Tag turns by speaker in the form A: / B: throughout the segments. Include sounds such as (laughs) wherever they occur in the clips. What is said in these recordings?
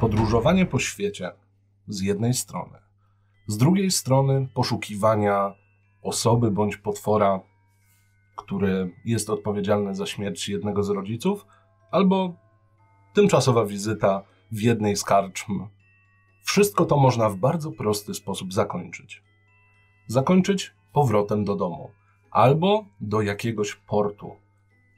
A: podróżowanie po świecie z jednej strony, z drugiej strony poszukiwania osoby bądź potwora, który jest odpowiedzialny za śmierć jednego z rodziców, albo tymczasowa wizyta w jednej z karczm. Wszystko to można w bardzo prosty sposób zakończyć. Zakończyć powrotem do domu albo do jakiegoś portu.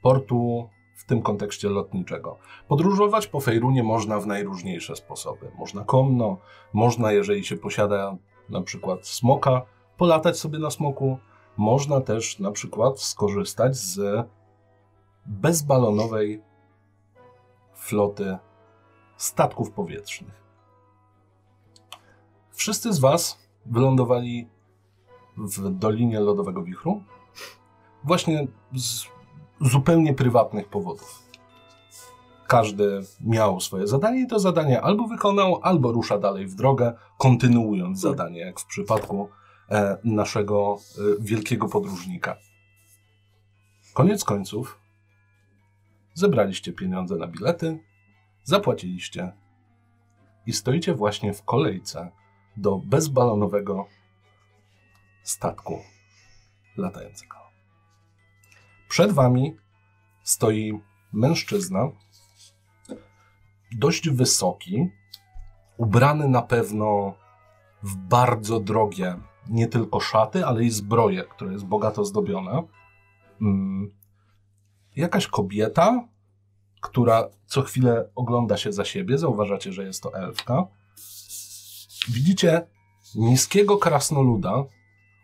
A: Portu w tym kontekście lotniczego. Podróżować po Fejrunie można w najróżniejsze sposoby. Można konno, można, jeżeli się posiada na przykład smoka, polatać sobie na smoku. Można też na przykład skorzystać z bezbalonowej floty statków powietrznych. Wszyscy z Was wylądowali w Dolinie Lodowego Wichru właśnie z zupełnie prywatnych powodów. Każdy miał swoje zadanie i to zadanie albo wykonał, albo rusza dalej w drogę, kontynuując zadanie, jak w przypadku e, naszego e, wielkiego podróżnika. Koniec końców, zebraliście pieniądze na bilety, zapłaciliście i stoicie właśnie w kolejce do bezbalonowego statku latającego. Przed wami stoi mężczyzna, dość wysoki, ubrany na pewno w bardzo drogie nie tylko szaty, ale i zbroje, które jest bogato zdobione. Mm. Jakaś kobieta, która co chwilę ogląda się za siebie, zauważacie, że jest to elfka. Widzicie niskiego krasnoluda,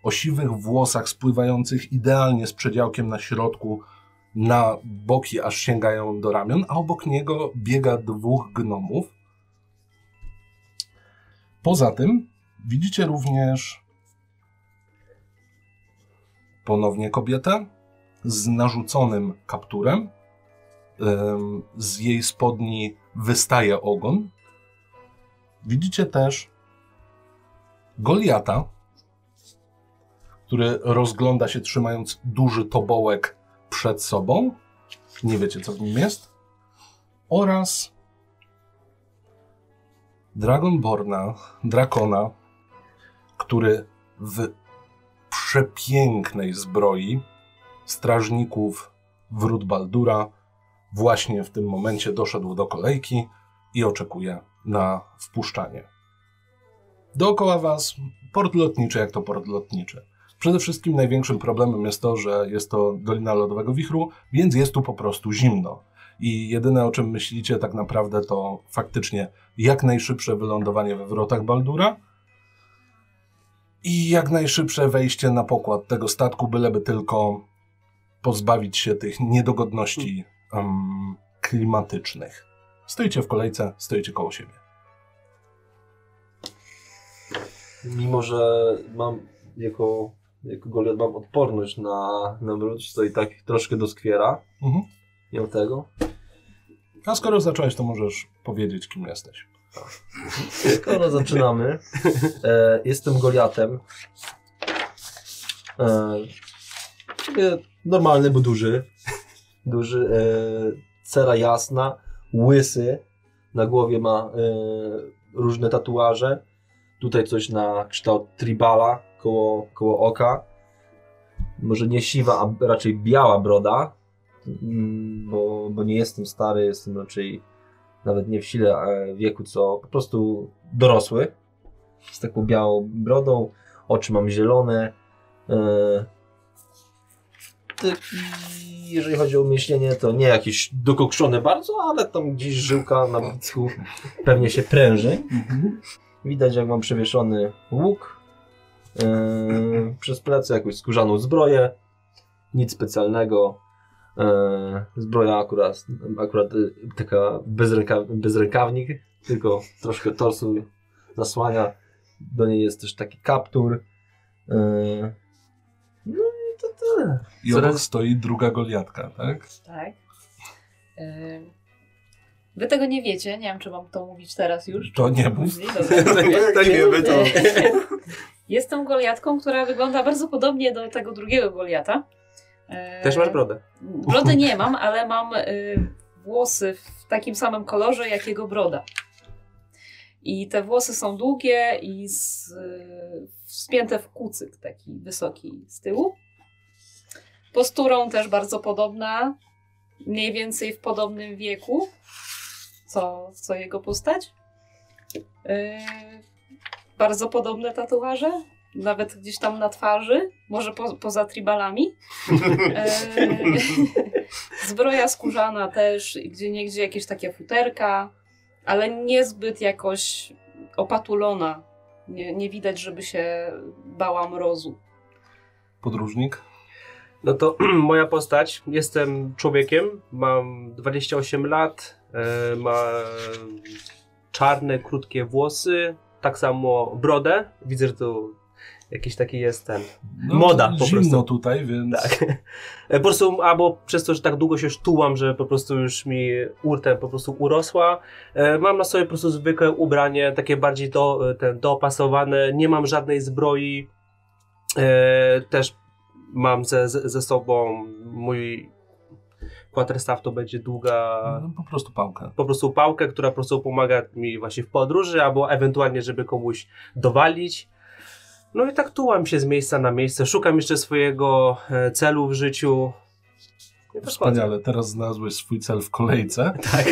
A: o siwych włosach spływających idealnie z przedziałkiem na środku na boki, aż sięgają do ramion, a obok niego biega dwóch gnomów. Poza tym widzicie również ponownie kobietę z narzuconym kapturem. Ym, Z jej spodni wystaje ogon. Widzicie też Goliata, który rozgląda się trzymając duży tobołek przed sobą. Nie wiecie, co w nim jest. Oraz Dragonborna, drakona, który w przepięknej zbroi strażników wrót Baldura właśnie w tym momencie doszedł do kolejki i oczekuje na wpuszczanie. Dookoła was port lotniczy, jak to port lotniczy. Przede wszystkim największym problemem jest to, że jest to Dolina Lodowego Wichru, więc jest tu po prostu zimno. I jedyne o czym myślicie tak naprawdę to faktycznie jak najszybsze wylądowanie we wrotach Baldura i jak najszybsze wejście na pokład tego statku, byleby tylko pozbawić się tych niedogodności em, klimatycznych. Stoicie w kolejce, stoicie koło siebie.
B: Mimo, że mam jako, jako Goliat mam odporność na, na mrócz, to i tak troszkę doskwiera.
A: Mhm.
B: Nie od tego.
A: A skoro zacząłeś, to możesz powiedzieć, kim jesteś.
B: Skoro no, zaczynamy, e, jestem Goliatem. E, ciebie normalny, bo duży. Duży, e, cera jasna, łysy. Na głowie ma e, różne tatuaże. Tutaj coś na kształt tribala koło, koło oka. Może nie siwa, a raczej biała broda, Mm, bo, bo nie jestem stary, jestem raczej nawet nie w sile e, wieku, co po prostu dorosły. Z taką białą brodą, oczy mam zielone. e, taki- Jeżeli chodzi o umieśnienie, to nie jakieś dokokszone bardzo, ale tam gdzieś żyłka na bicku pewnie się pręży. Widać, jak mam przewieszony łuk. e, przez plecy jakąś skórzaną zbroję. Nic specjalnego. E, zbroja akurat, akurat e, taka bez, ręka, bez rękawnik, tylko troszkę torsu zasłania. Do niej jest też taki kaptur. E, no i to tyle.
A: I
B: Coraz-
A: obok stoi druga Goliatka, tak?
C: Tak. Ym, Wy tego nie wiecie, nie wiem czy mam to mówić teraz już.
A: To nie mów.
C: Później,
D: (laughs)
C: dobra.
D: Tak
C: (laughs)
D: wiemy to.
C: Jestem goliatką, która wygląda bardzo podobnie do tego drugiego goliata. Ym,
D: Też masz brodę.
C: Brody nie mam, ale mam y, włosy w takim samym kolorze jak jego broda. I te włosy są długie i z, y, spięte w kucyk taki wysoki z tyłu. Posturą też bardzo podobna, mniej więcej w podobnym wieku, co, co jego postać. Y, bardzo podobne tatuaże, nawet gdzieś tam na twarzy, może po, poza tribalami. Eee, (laughs) Zbroja skórzana też, gdzie niegdzie jakieś takie futerka, ale niezbyt jakoś opatulona. Nie, nie widać, żeby się bała mrozu.
A: Podróżnik?
D: No to (clears throat) moja postać, jestem człowiekiem, mam 28 lat, e, ma czarne, krótkie włosy, tak samo brodę, widzę, że tu jakiś taki jest ten, Moda po
A: No, zimno
D: prostu.
A: tutaj, więc
D: tak. E, Po prostu, albo przez to, że tak długo się już tułam, że po prostu już mi urtę po prostu urosła. E, Mam na sobie po prostu zwykłe ubranie, takie bardziej do, ten, dopasowane, nie mam żadnej zbroi. E, Też mam ze, ze ze sobą mój quarterstaff, to będzie długa
A: no, po prostu pałkę.
D: po prostu pałkę, która po prostu pomaga mi właśnie w podróży, albo ewentualnie, żeby komuś dowalić. No i tak tułam się z miejsca na miejsce, szukam jeszcze swojego e, celu w życiu. Nie
A: Wspaniale, teraz znalazłeś swój cel w kolejce,
D: Tak,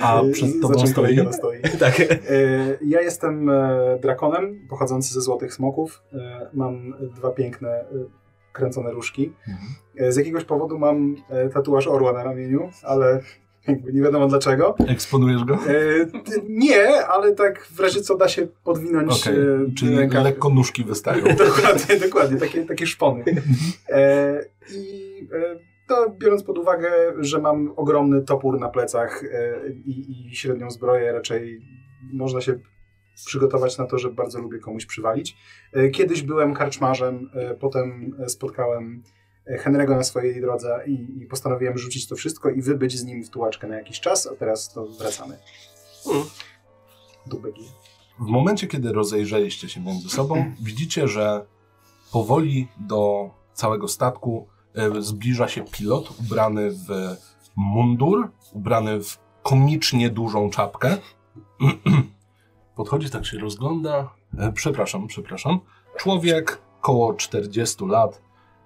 A: a
E: Y,
A: przed
E: za
A: tobą
E: czym
A: stoi...
E: kolejka
A: (laughs)
E: stoi.
D: tak.
E: Y, Ja jestem e, drakonem pochodzący ze Złotych Smoków. E, Mam dwa piękne e, kręcone różki.
A: Mhm.
E: E, Z jakiegoś powodu mam e, tatuaż orła na ramieniu, ale jakby nie wiadomo dlaczego.
A: Eksponujesz go?
E: E, t- Nie, ale tak w razie co da się podwinąć e,
A: Okej,
E: okay.
A: czyli lekko nóżki wystają.
E: (laughs) Dokładnie, dokładnie, takie, takie szpony. E, I e, to biorąc pod uwagę, że mam ogromny topór na plecach e, i, i średnią zbroję, raczej można się przygotować na to, że bardzo lubię komuś przywalić. E, kiedyś byłem karczmarzem, e, potem e, spotkałem e, Henry'ego na swojej drodze i, i postanowiłem rzucić to wszystko i wybyć z nim w tułaczkę na jakiś czas, a teraz to wracamy.
D: Mm.
E: Do Belgii.
A: W momencie, kiedy rozejrzeliście się między sobą, widzicie, że powoli do całego statku e, zbliża się pilot ubrany w mundur, ubrany w komicznie dużą czapkę. (clears throat) Podchodzi, tak się rozgląda. E, Przepraszam, przepraszam. Człowiek koło 40 lat.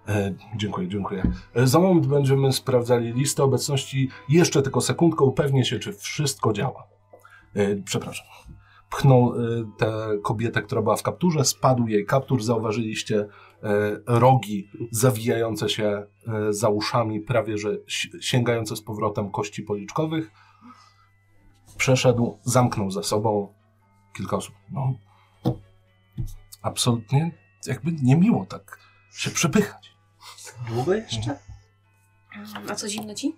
A: E, dziękuję, dziękuję. E, za moment będziemy sprawdzali listę obecności. Jeszcze tylko sekundkę, upewnię się, czy wszystko działa. E, przepraszam pchnął y, tę kobietę, która była w kapturze, spadł jej kaptur, zauważyliście y, rogi zawijające się y, za uszami, prawie że si- sięgające z powrotem kości policzkowych. Przeszedł, zamknął za sobą kilka osób. No, absolutnie jakby niemiło tak się przepychać.
B: Długo jeszcze?
C: A co zimno ci?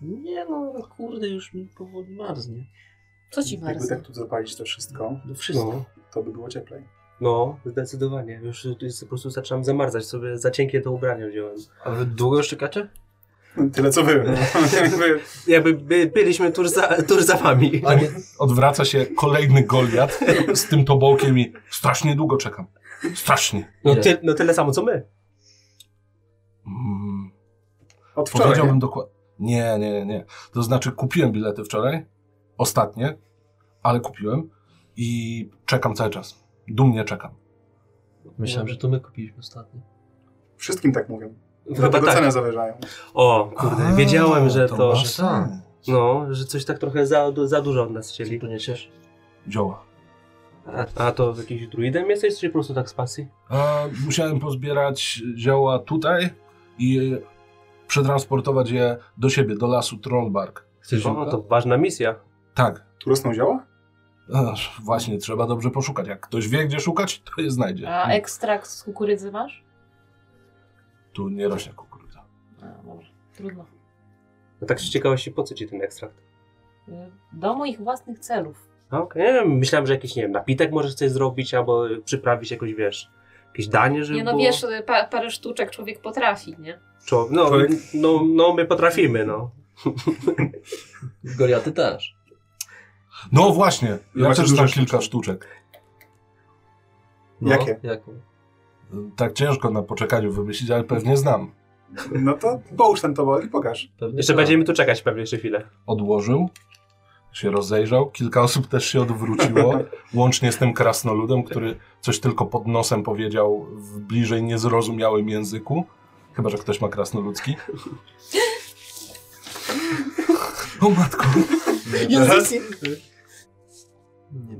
B: Nie no, kurde, już mi powoli marznie.
C: Co ci
E: Jakby
C: bardzo?
E: tak tu zapalić to wszystko,
B: No
D: No,
E: to by było cieplej.
D: no, zdecydowanie. Już tu jest, po prostu zaczynam zamarzać sobie, za cienkie to ubranie wziąłem.
B: Ale długo jeszcze czekacie?
E: Tyle co wy.
A: E,
E: Jakby
D: Jakby by, byliśmy tuż za, tuż za wami.
B: A nie,
A: Tak Odwraca się kolejny Goliat z tym tobołkiem i strasznie długo czekam. Strasznie.
D: No,
B: Ile?
D: ty, no tyle samo co my.
A: Mm.
E: Od wczoraj.
A: Powiedziałbym
E: nie?
A: dokładnie. Nie, nie, nie. To znaczy kupiłem bilety wczoraj, ostatnie, ale kupiłem i czekam cały czas. Dumnie czekam.
B: myślałem, że to my kupiliśmy ostatnio.
E: Wszystkim tak mówią.
D: Chyba
A: No
B: No
E: Dlatego
D: tak.
E: cenę zawyżają.
D: O, kurde,
A: A,
D: wiedziałem, że to...
A: masz
B: że tak.
A: sens.
D: No, że coś tak trochę za, za dużo od nas chcieli.
B: Poniesiesz?
A: Dzioła.
D: A, a to jakiś druidem jesteś, czy po prostu tak z pasji?
A: A, musiałem pozbierać zioła tutaj i przetransportować je do siebie, do lasu Trollbark.
B: Chcesz
D: O,
B: ziółka?
D: to ważna misja.
A: Tak.
E: Tu rosną zioła?
A: Aż, właśnie, trzeba dobrze poszukać. Jak ktoś wie, gdzie szukać, to je znajdzie.
C: A e- ekstrakt z kukurydzy masz?
A: Tu nie rośnie kukurydza.
C: A, dobra, trudno.
D: No tak z ciekawości, po co ci ten ekstrakt?
C: Y, Do moich własnych celów.
D: A, okej, nie wiem, myślałem, że jakiś, nie wiem, napitek możesz coś zrobić, albo przyprawić jakoś, wiesz, jakieś danie, żeby
C: Nie no
D: było.
C: wiesz, y, pa, parę sztuczek człowiek potrafi, nie?
D: Czo- no,
E: Człowiek-
D: no, no, my potrafimy, no.
B: Goliaty też.
A: No właśnie, ja
E: Macie
A: też
E: dużo
A: znam
E: sztuczek.
A: kilka sztuczek.
B: No.
E: Jakie?
B: Jakie?
A: Tak ciężko na poczekaniu wymyślić, ale pewnie znam.
E: No to połóż ten tobol i pokaż.
B: Pewnie
D: Jeszcze
B: tak.
C: No.
D: będziemy tu czekać pewnie jeszcze chwilę.
A: Odłożył. się rozejrzał. Kilka osób też się (laughs) odwróciło, łącznie z tym krasnoludem, który coś tylko pod nosem powiedział w bliżej niezrozumiałym języku. Chyba, że ktoś ma krasnoludzki. O matko.
E: Języki.
B: Nie ma.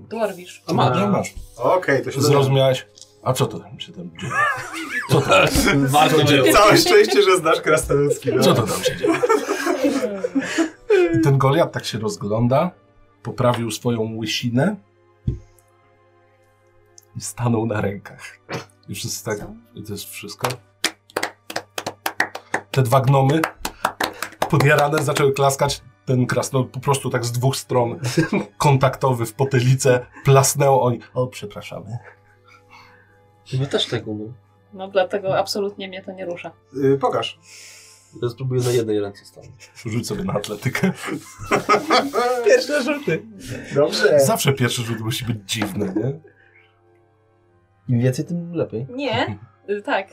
C: Dwarwisz.
A: A masz, masz.
E: Okej, to się
A: Zrozumiałeś? A co to tam się tam dzieje? Co to,
E: (laughs)
B: Warto
E: dodało. Całe szczęście, że znasz krasnoludzki. no.
A: co to tam się dzieje? I ten Goliat tak się rozgląda, poprawił swoją łysinę i stanął na rękach. I wszyscy tak, i to jest wszystko. Te dwa gnomy podjarane zaczęły klaskać. Ten krasnolud po prostu tak z dwóch stron kontaktowy w potylicę plasnęło oni. O, przepraszamy.
B: My też tak umiem.
C: No dlatego absolutnie mnie to nie rusza.
E: Y, Pokaż.
B: Ja spróbuję na jednej ręce stanąć.
A: Rzuć sobie na atletykę.
B: Pierwsze rzuty.
E: E, Dobrze.
A: Zawsze pierwszy rzut musi być dziwny, nie?
B: Im więcej, tym lepiej.
C: Nie? Y, Tak.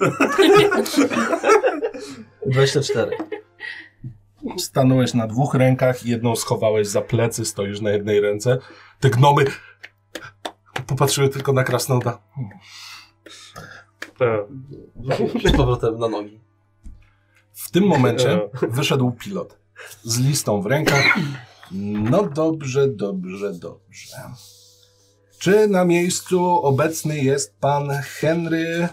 B: 24. (laughs)
A: Stanąłeś na dwóch rękach, jedną schowałeś za plecy, stoisz na jednej ręce. Te gnomy popatrzyły tylko na krasnolda.
D: E,
B: Z powrotem na nogi.
A: W tym momencie wyszedł pilot z listą w rękach. No dobrze, dobrze, dobrze. Czy na miejscu obecny jest pan Henry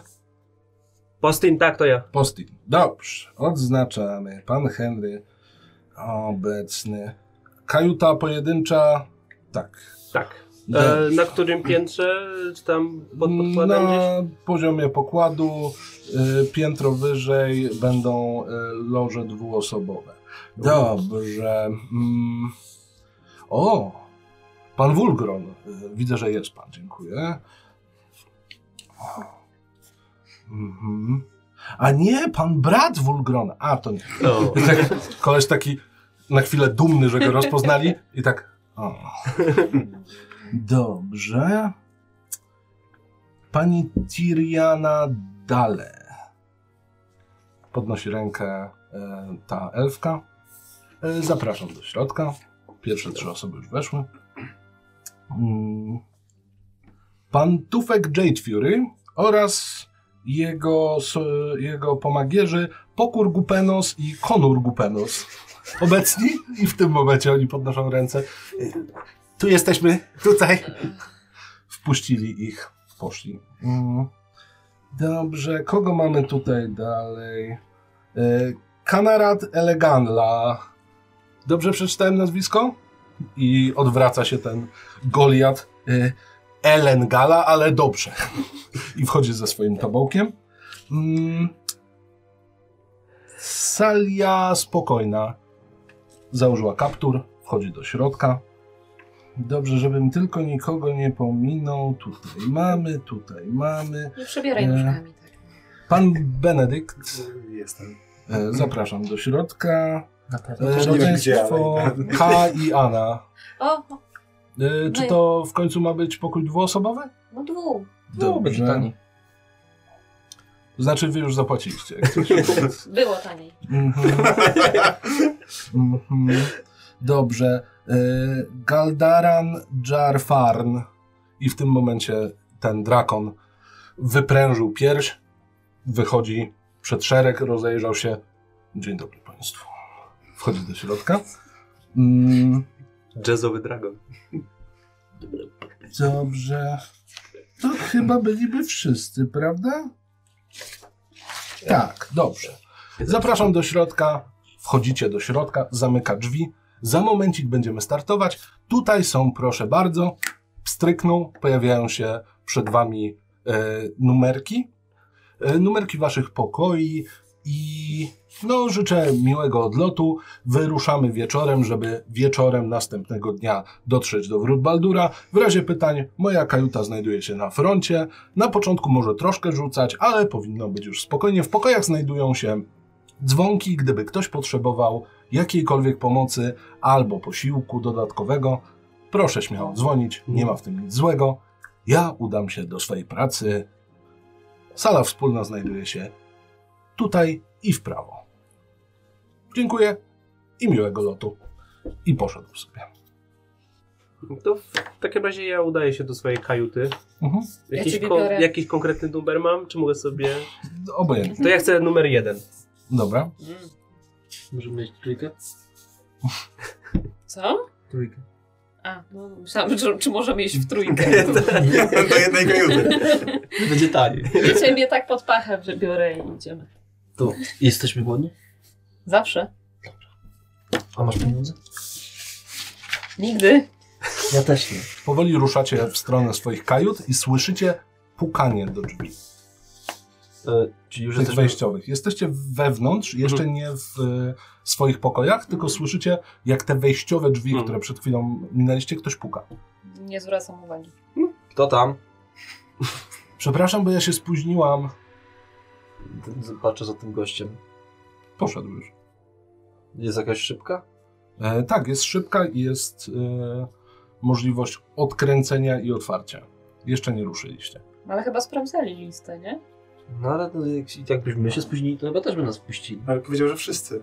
D: Postin, tak, to ja.
A: Postin? Dobrze, odznaczamy. Pan Henry obecny. Kajuta pojedyncza? Tak.
D: Tak.
A: Dobrze. No.
D: E, na którym piętrze, czy tam pod podkładem gdzieś?
A: Na poziomie pokładu, y, piętro wyżej będą y, loże dwuosobowe. Dobrze. Mm. O, pan Wulgron. Y, Widzę, że jest pan, dziękuję. Mhm. A nie, pan brat Wulgron. A, to nie.
D: No.
A: I tak, koleś taki na chwilę dumny, że go rozpoznali i tak. O. Dobrze. Pani Tiriana Dale. Podnosi rękę e, ta elfka. E, zapraszam do środka. Pierwsze trzy osoby już weszły. Mm. Pan Tufek Jade Fury oraz jego, s- jego pomagierzy Pokur Gupenos i Konur Gupenos. Obecni i w tym momencie oni podnoszą ręce. Y, Tu jesteśmy, tutaj. Wpuścili ich, poszli. Mm. Dobrze, kogo mamy tutaj dalej? Y, Kanarat Eleganla. Dobrze przeczytałem nazwisko? I odwraca się ten Goliat y, Elengala, ale dobrze. I wchodzi ze swoim tobołkiem. Mm. Salia spokojna. Założyła kaptur, wchodzi do środka. Dobrze, żebym tylko nikogo nie pominął. Tutaj mamy, tutaj mamy.
C: Nie przebieraj
A: Nie.
C: nóżkami. Tak.
A: Pan Benedykt,
E: Jestem. (laughs)
A: e, zapraszam do środka. E,
E: Też nie wiem gdzie,
A: rodzeństwo
E: ale- tak.
A: K i Ana.
C: O, o,
A: E, czy
C: No i-
A: to w końcu ma być pokój dwuosobowy?
C: no dwu.
A: Dobrze. Znaczy wy już zapłaciliście. jak coś.
C: Było taniej.
A: Mhm. Mhm. (laughs) Dobrze. E, Galdaran Jarfarn. I w tym momencie ten drakon wyprężył pierś, wychodzi przed szereg, rozejrzał się. Dzień dobry Państwu. Wchodzi do środka. Mm,
D: Jazzowy dragon.
A: Dobrze. To chyba byliby wszyscy, prawda? Tak, dobrze. Zapraszam do środka. Wchodzicie do środka, zamyka drzwi. Za momencik będziemy startować. Tutaj są, proszę bardzo, pstrykną, pojawiają się przed wami e, numerki. E, numerki waszych pokoi i no życzę miłego odlotu. Wyruszamy wieczorem, żeby wieczorem następnego dnia dotrzeć do Wrót Baldura. W razie pytań, moja kajuta znajduje się na froncie. Na początku może troszkę rzucać, ale powinno być już spokojnie. W pokojach znajdują się dzwonki, gdyby ktoś potrzebował jakiejkolwiek pomocy albo posiłku dodatkowego. Proszę śmiało dzwonić, nie ma w tym nic złego. Ja udam się do swojej pracy. Sala wspólna znajduje się tutaj i w prawo. Dziękuję i miłego lotu. I poszedł sobie.
D: To w takim razie ja udaję się do swojej kajuty.
A: Mhm.
D: Jakiś,
C: ciebie
D: ko-
C: biorę.
D: jakiś konkretny numer mam? Czy mogę sobie...
A: Obojętnie.
D: To ja chcę numer jeden.
A: Dobra.
B: Możemy mieć trójkę?
C: Co?
B: Trójkę.
C: A, no, myślałam, czy, czy możemy iść w trójkę.
E: Do jednej kajuty.
B: Będzie taniej.
C: Ja ciebie tak pod pachę że biorę i idziemy.
B: To jesteśmy głodni?
C: Zawsze.
B: A masz pieniądze?
C: Nigdy.
B: Ja też nie.
A: Powoli ruszacie w stronę swoich kajut i słyszycie pukanie do drzwi.
B: E, czyli już
A: Tych
B: jesteśmy...
A: wejściowych. Jesteście wewnątrz, jeszcze nie w e, swoich pokojach, tylko słyszycie, jak te wejściowe drzwi,
D: Mhm.
A: które przed chwilą minęliście, ktoś puka.
C: Nie zwracam uwagi.
B: Kto tam?
A: Przepraszam, bo ja się spóźniłam.
B: D- Patrzę za tym gościem.
A: Poszedł już.
B: Jest jakaś szybka?
A: E, tak, jest szybka i jest e, możliwość odkręcenia i otwarcia. Jeszcze nie ruszyliście.
C: No, Ale chyba sprawdzali listę, nie?
B: No ale to jak, jakbyśmy się spóźnili, to chyba też by nas puścili.
E: Ale powiedział, że wszyscy.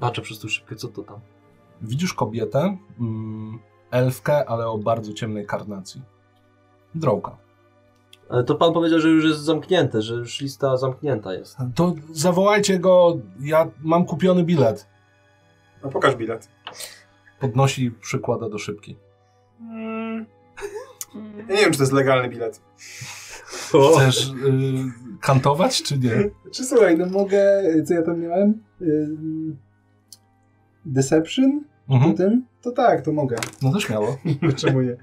B: Patrzę przez tą szybkę, co to tam.
A: Widzisz kobietę, mm, elfkę, ale o bardzo ciemnej karnacji. Drołka.
B: Ale to pan powiedział, że już jest zamknięte, że już lista zamknięta jest.
A: To zawołajcie go, ja mam kupiony bilet.
E: No pokaż bilet.
A: Podnosi i przykłada do szybki.
C: Mm.
E: Ja nie wiem, czy to jest legalny bilet.
D: O, (laughs)
A: Chcesz y, kantować, czy nie?
E: Czy słuchaj, no mogę... Co ja tam miałem? Ym, Deception?
A: Mhm.
E: tym? To tak, to mogę.
A: No to śmiało.
E: (laughs) Czemu nie?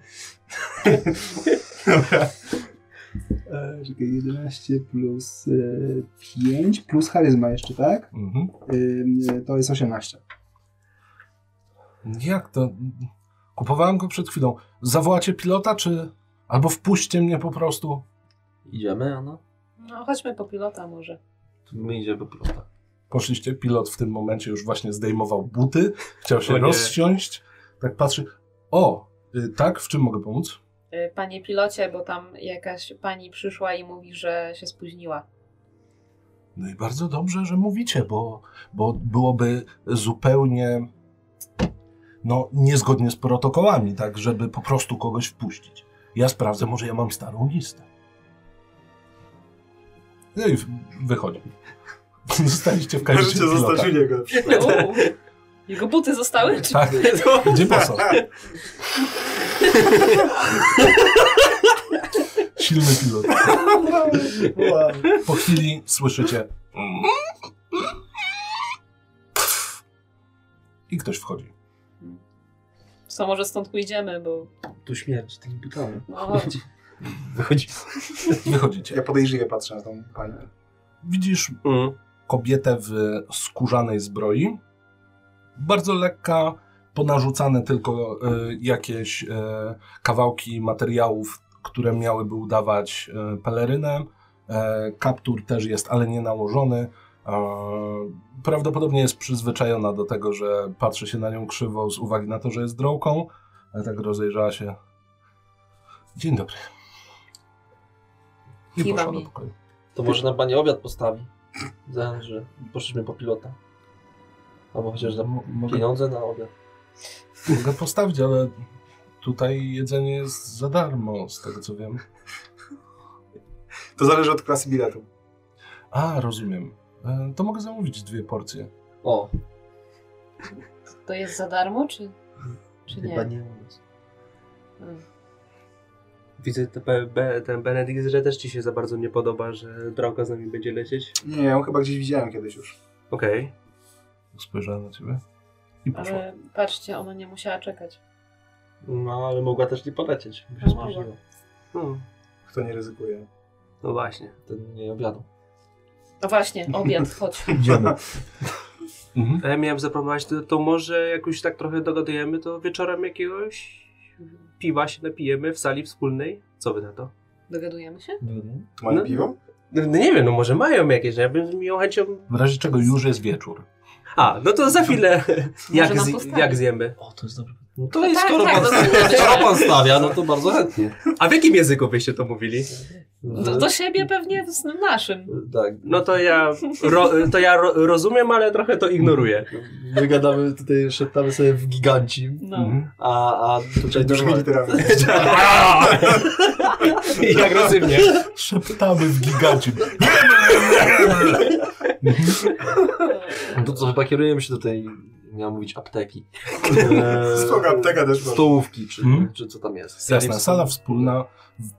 E: Dobra. E, Czekaj, 11 plus e, 5 plus charyzma jeszcze, tak?
A: Mhm.
E: Ym, e, To jest 18.
A: Jak to? Kupowałem go przed chwilą. Zawołacie pilota, czy... Albo wpuśćcie mnie po prostu.
B: Idziemy, Anna?
C: No, chodźmy po pilota może.
B: To My idziemy po pilota.
A: Poszliście, pilot w tym momencie już właśnie zdejmował buty, chciał się
D: O nie.
A: rozsiąść. Tak patrzy. O, y, tak, w czym mogę pomóc?
C: Y, Panie pilocie, bo tam jakaś pani przyszła i mówi, że się spóźniła.
A: No i bardzo dobrze, że mówicie, bo, bo byłoby zupełnie no, niezgodnie z protokołami, tak, żeby po prostu kogoś wpuścić. Ja sprawdzę, może ja mam starą listę. No i w- wychodzi. (laughs) Zostaliście w kajucie
E: Możecie
A: pilota.
E: zostać u niego na przykład.
C: Uuu. (laughs) Jego buty zostały? Czy...
A: Tak, gdzie posąg? Silny pilot.
E: Wow.
A: Po chwili słyszycie i ktoś wchodzi.
C: Co może stąd pójdziemy, bo.
B: Tu śmierć tymi butami.
C: No, chodź.
B: (laughs) Wychodzi.
E: Ja
A: Wychodzicie.
E: podejrzliwie patrzę na tą panię.
A: Widzisz
D: Mm.
A: kobietę w skórzanej zbroi. Bardzo lekka, ponarzucane tylko e, jakieś e, kawałki materiałów, które miałyby udawać e, pelerynę. E, kaptur też jest, ale nie nałożony. E, prawdopodobnie jest przyzwyczajona do tego, że patrzy się na nią krzywo z uwagi na to, że jest drołką, ale tak rozejrzała się. Dzień dobry. I
C: Kiwa
A: poszła do
C: mi.
A: pokoju.
B: To może nam pani obiad postawi. Zamiast, że poszliśmy po pilota. Albo chociaż za
A: Mo- mogę
B: pieniądze na obiad.
A: Mogę postawić, ale tutaj jedzenie jest za darmo, z tego co wiem.
E: To zależy od klasy biletu.
A: A, rozumiem. E, To mogę zamówić dwie porcje.
B: O,
C: To jest za darmo, czy. Czy
B: chyba
C: nie?
B: nie u nas.
C: Mm.
D: Widzę, te be, be, ten Benedikt, że też ci się za bardzo nie podoba, że drałka z nami będzie lecieć.
E: Nie, ja ją chyba gdzieś widziałem kiedyś już.
D: Okej.
A: Spojrzałem na ciebie i poszła.
C: Ale patrzcie, ona nie musiała czekać.
B: No, ale mogła też nie polecieć, bo się
C: No, mogła.
B: spóźniła.
D: Mm.
E: Kto nie ryzykuje?
D: No właśnie.
B: Ten nie obiadu.
C: No właśnie, obiad, chodź. (laughs)
A: Idziemy. Mhm.
D: A ja miałem zaproponować, to, to może jak już tak trochę dogadujemy, to wieczorem jakiegoś piwa się napijemy w sali wspólnej. Co wy na to?
C: Dogadujemy się?
B: Mhm.
E: Tu mają
D: No.
E: piwo?
D: No, no nie wiem, no może mają jakieś, ja bym z miłą chęcią...
A: W razie czego już jest wieczór.
D: A, no to za chwilę jak,
C: nam
D: z,
C: postawić.
D: jak zjemy.
B: O, to jest dobre. No to
C: No
B: jest,
C: tak,
B: skoro,
C: tak,
B: pan,
C: to-
B: skoro pan stawia, no to bardzo chętnie.
D: A w jakim języku byście to mówili?
B: W-
C: No Do, do siebie pewnie z naszym.
B: No Tak.
D: No to ja, ro, to ja ro, rozumiem, ale trochę to ignoruję.
B: (laughs) My gadamy tutaj, szeptamy sobie w giganci,
C: No.
A: Mhm.
B: a, a tutaj...
E: Dużymi literami. (laughs)
D: I agresywnie.
A: Szeptamy w
C: (laughs)
A: (laughs) gigancie.
B: No to co, chyba kierujemy się do tej, miałem mówić, apteki. Eee, Hmm?
E: Spoko, apteka też może.
B: Stołówki, czy,
A: Mhm.
B: czy co tam jest.
A: Jasna sala wspólna. W-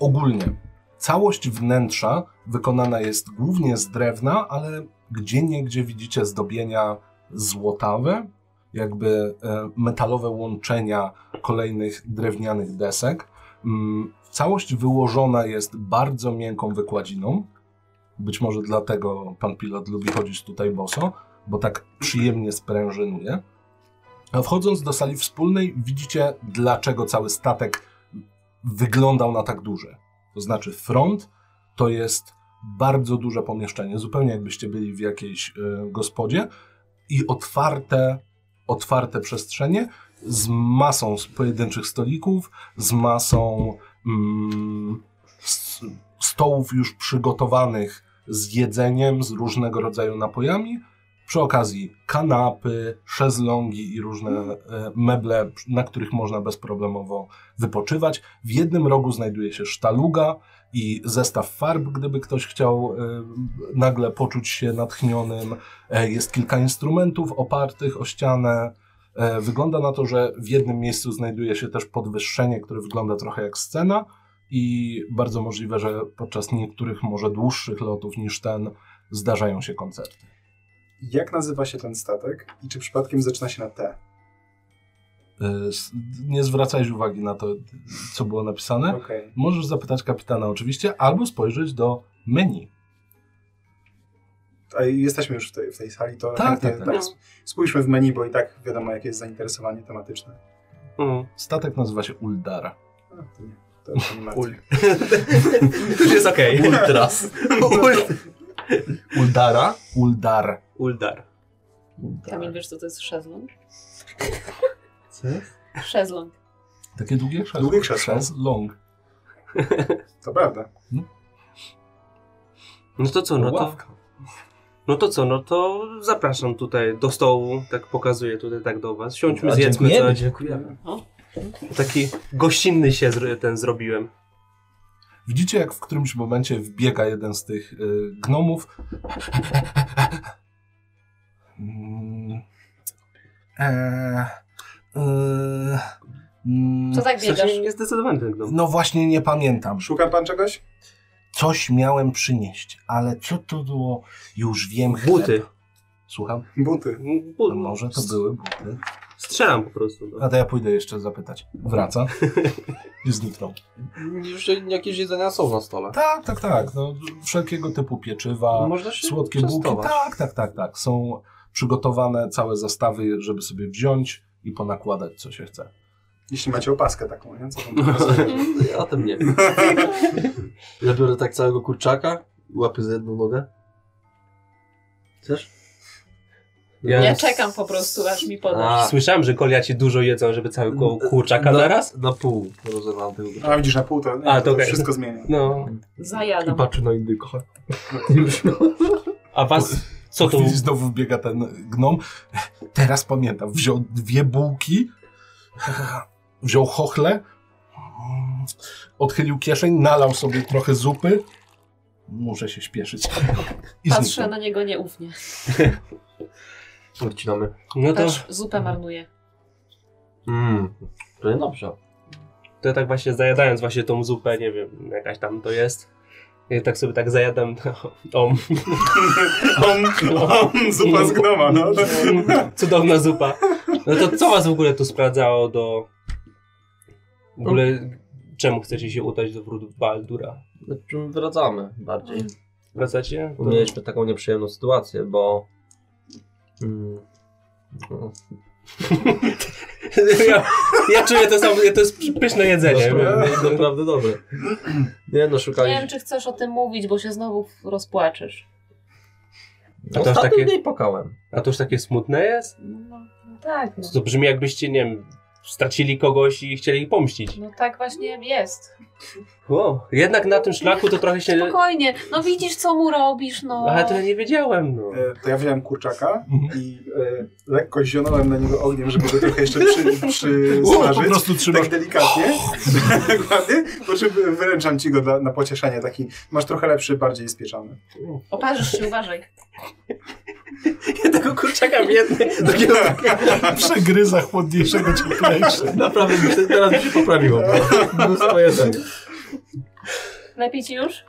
A: Ogólnie całość wnętrza wykonana jest głównie z drewna, ale gdzie niegdzie widzicie zdobienia złotawe, jakby e, metalowe łączenia kolejnych drewnianych desek. Mm, Całość wyłożona jest bardzo miękką wykładziną. Być może dlatego pan pilot lubi chodzić tutaj boso, bo tak przyjemnie sprężynuje. A Wchodząc do sali wspólnej, widzicie, dlaczego cały statek wyglądał na tak duży. To znaczy, front to jest bardzo duże pomieszczenie, zupełnie jakbyście byli w jakiejś y, gospodzie i otwarte, otwarte przestrzenie z masą s- pojedynczych stolików, z masą mm, s- stołów już przygotowanych z jedzeniem, z różnego rodzaju napojami. Przy okazji kanapy, szezlongi i różne e, meble, na których można bezproblemowo wypoczywać. W jednym rogu znajduje się sztaluga i zestaw farb, gdyby ktoś chciał e, nagle poczuć się natchnionym. E, Jest kilka instrumentów opartych o ścianę. E, Wygląda na to, że w jednym miejscu znajduje się też podwyższenie, które wygląda trochę jak scena i bardzo możliwe, że podczas niektórych może dłuższych lotów niż ten zdarzają się koncerty.
E: Jak nazywa się ten statek i czy przypadkiem zaczyna się na T?
A: Y, s- Nie zwracałeś uwagi na to, co było napisane.
E: Okej.
A: Możesz zapytać kapitana oczywiście, albo spojrzeć do menu.
E: A jesteśmy już w tej, w tej sali, to
A: Tak,
E: chętnie-
A: tak, tak.
C: No.
E: Spójrzmy w menu, bo i tak wiadomo, jakie jest zainteresowanie tematyczne.
D: Mm.
A: Statek nazywa się Uldara.
E: A, to nie, to się nie martwię.
D: Ul. Już jest okej.
B: Ultras.
D: Ul-
B: Uldara?
A: Uldar.
D: Uldar.
C: Kamil, wiesz co to jest szezlong?
B: Co?
C: Szezlong.
A: Takie długie krzesło.
E: Długie krzesło.
A: Przez long.
E: To prawda.
D: No to co, no to,
B: Ławka.
D: no to co, no to zapraszam tutaj do stołu, tak pokazuję tutaj tak do was. Siądźmy,
B: A,
D: zjedzmy
B: dziękujemy,
D: coś.
B: dziękujemy.
D: Taki gościnny się zro- ten zrobiłem.
A: Widzicie, jak w którymś momencie wbiega jeden z tych y, gnomów. Mm. Eee, y, mm,
C: Co tak biegasz?
D: Strasznie niezdecydowany ten gnom.
A: No właśnie nie pamiętam.
E: Szuka pan czegoś?
A: Coś miałem przynieść, ale co to było? Już wiem. Chleb.
D: Buty.
A: Słucham?
E: Buty.
D: Bu-
A: A No może to były buty?
D: Strzelam po prostu. No.
A: A to ja pójdę jeszcze zapytać. (laughs) Wraca i zniknął.
B: Już jakieś jedzenia są na stole.
A: Tak, tak, tak. No, wszelkiego typu pieczywa,
B: Można się
A: słodkie bułki.
B: częstować.
A: Tak, tak, tak, tak. Są przygotowane całe zestawy, żeby sobie wziąć i ponakładać, co się chce.
E: Jeśli macie opaskę taką, nie? Co tam
B: Ja o tym nie wiem. Ja biorę tak całego kurczaka i łapię za jedną nogę. Chcesz?
D: Ja-
C: Ja czekam po prostu, aż mi podasz.
B: A,
D: Słyszałem, że goliaci dużo jedzą, żeby cały koło kurczaka
B: na,
D: naraz.
B: Na pół rozerwam tego kurczaka.
E: A widzisz, na pół to, nie,
D: A,
E: to,
D: to okej.
E: wszystko zmienia.
D: No.
B: I
C: Zajadam.
B: patrzę na indyko.
D: A was, co
A: Po
D: to?
A: chwili znowu wbiega ten gnom. Teraz pamiętam, wziął dwie bułki, wziął chochle, odchylił kieszeń, nalał sobie trochę zupy. Muszę się śpieszyć. I
C: Patrzę
A: zniknął.
C: na niego nieufnie.
B: Odcinamy.
D: No to,
C: Patrz, zupę marnuje.
B: Mmm, to nie dobrze.
D: to ja tak właśnie zajadając właśnie tą zupę, nie wiem, jakaś tam to jest. I tak sobie tak zajadam. Om. Om. Om.
E: Zupa z gnoma, no.
D: (laughs) Cudowna zupa. No to co was w ogóle tu sprawdzało do... W ogóle czemu chcecie się udać do wrót Baldura?
B: Znaczy, wracamy
C: Mm.
B: bardziej.
D: Wracacie?
B: Bo Mieliśmy taką nieprzyjemną sytuację, bo... Mm, no,
D: (laughs) Ja, ja czuję to samo, to jest pyszne jedzenie.
B: naprawdę, naprawdę dobre. Nie no,
C: Nie wiem,
B: szukaliśmy...
C: czy chcesz o tym mówić, bo się znowu rozpłaczesz.
D: A to aż
B: Ostatnio
D: takie-
B: nie pokałem.
D: A to już takie smutne jest?
C: No, no tak, no.
D: To brzmi jakbyście, nie wiem, stracili kogoś i chcieli pomścić.
C: no tak właśnie jest.
D: Wow. Jednak na tym szlaku to trochę się...
C: Spokojnie, no widzisz co mu robisz, no.
D: Ale to ja nie wiedziałem, no. (laughs)
E: E, To ja wziąłem kurczaka
A: Mhm.
E: i e, lekko zionąłem na niego ogniem, żeby go trochę jeszcze przy,
A: O, po
E: przysmażyć.
A: prostu trzymasz.
E: Tak delikatnie. (laughs) Dokładnie. Po czym wyręczam ci go dla, na pocieszenie. Taki masz trochę lepszy, bardziej spieczony.
C: Oparzysz się, uważaj.
D: Ja tego kurczaka w jednej... (laughs)
E: Takiego... (laughs) tak.
A: Przegryza chłodniejszego, cieplejszego.
B: Naprawdę, mi się- teraz mi się poprawiło. Mnóstwo jedzenia.
C: Lepiej ci już?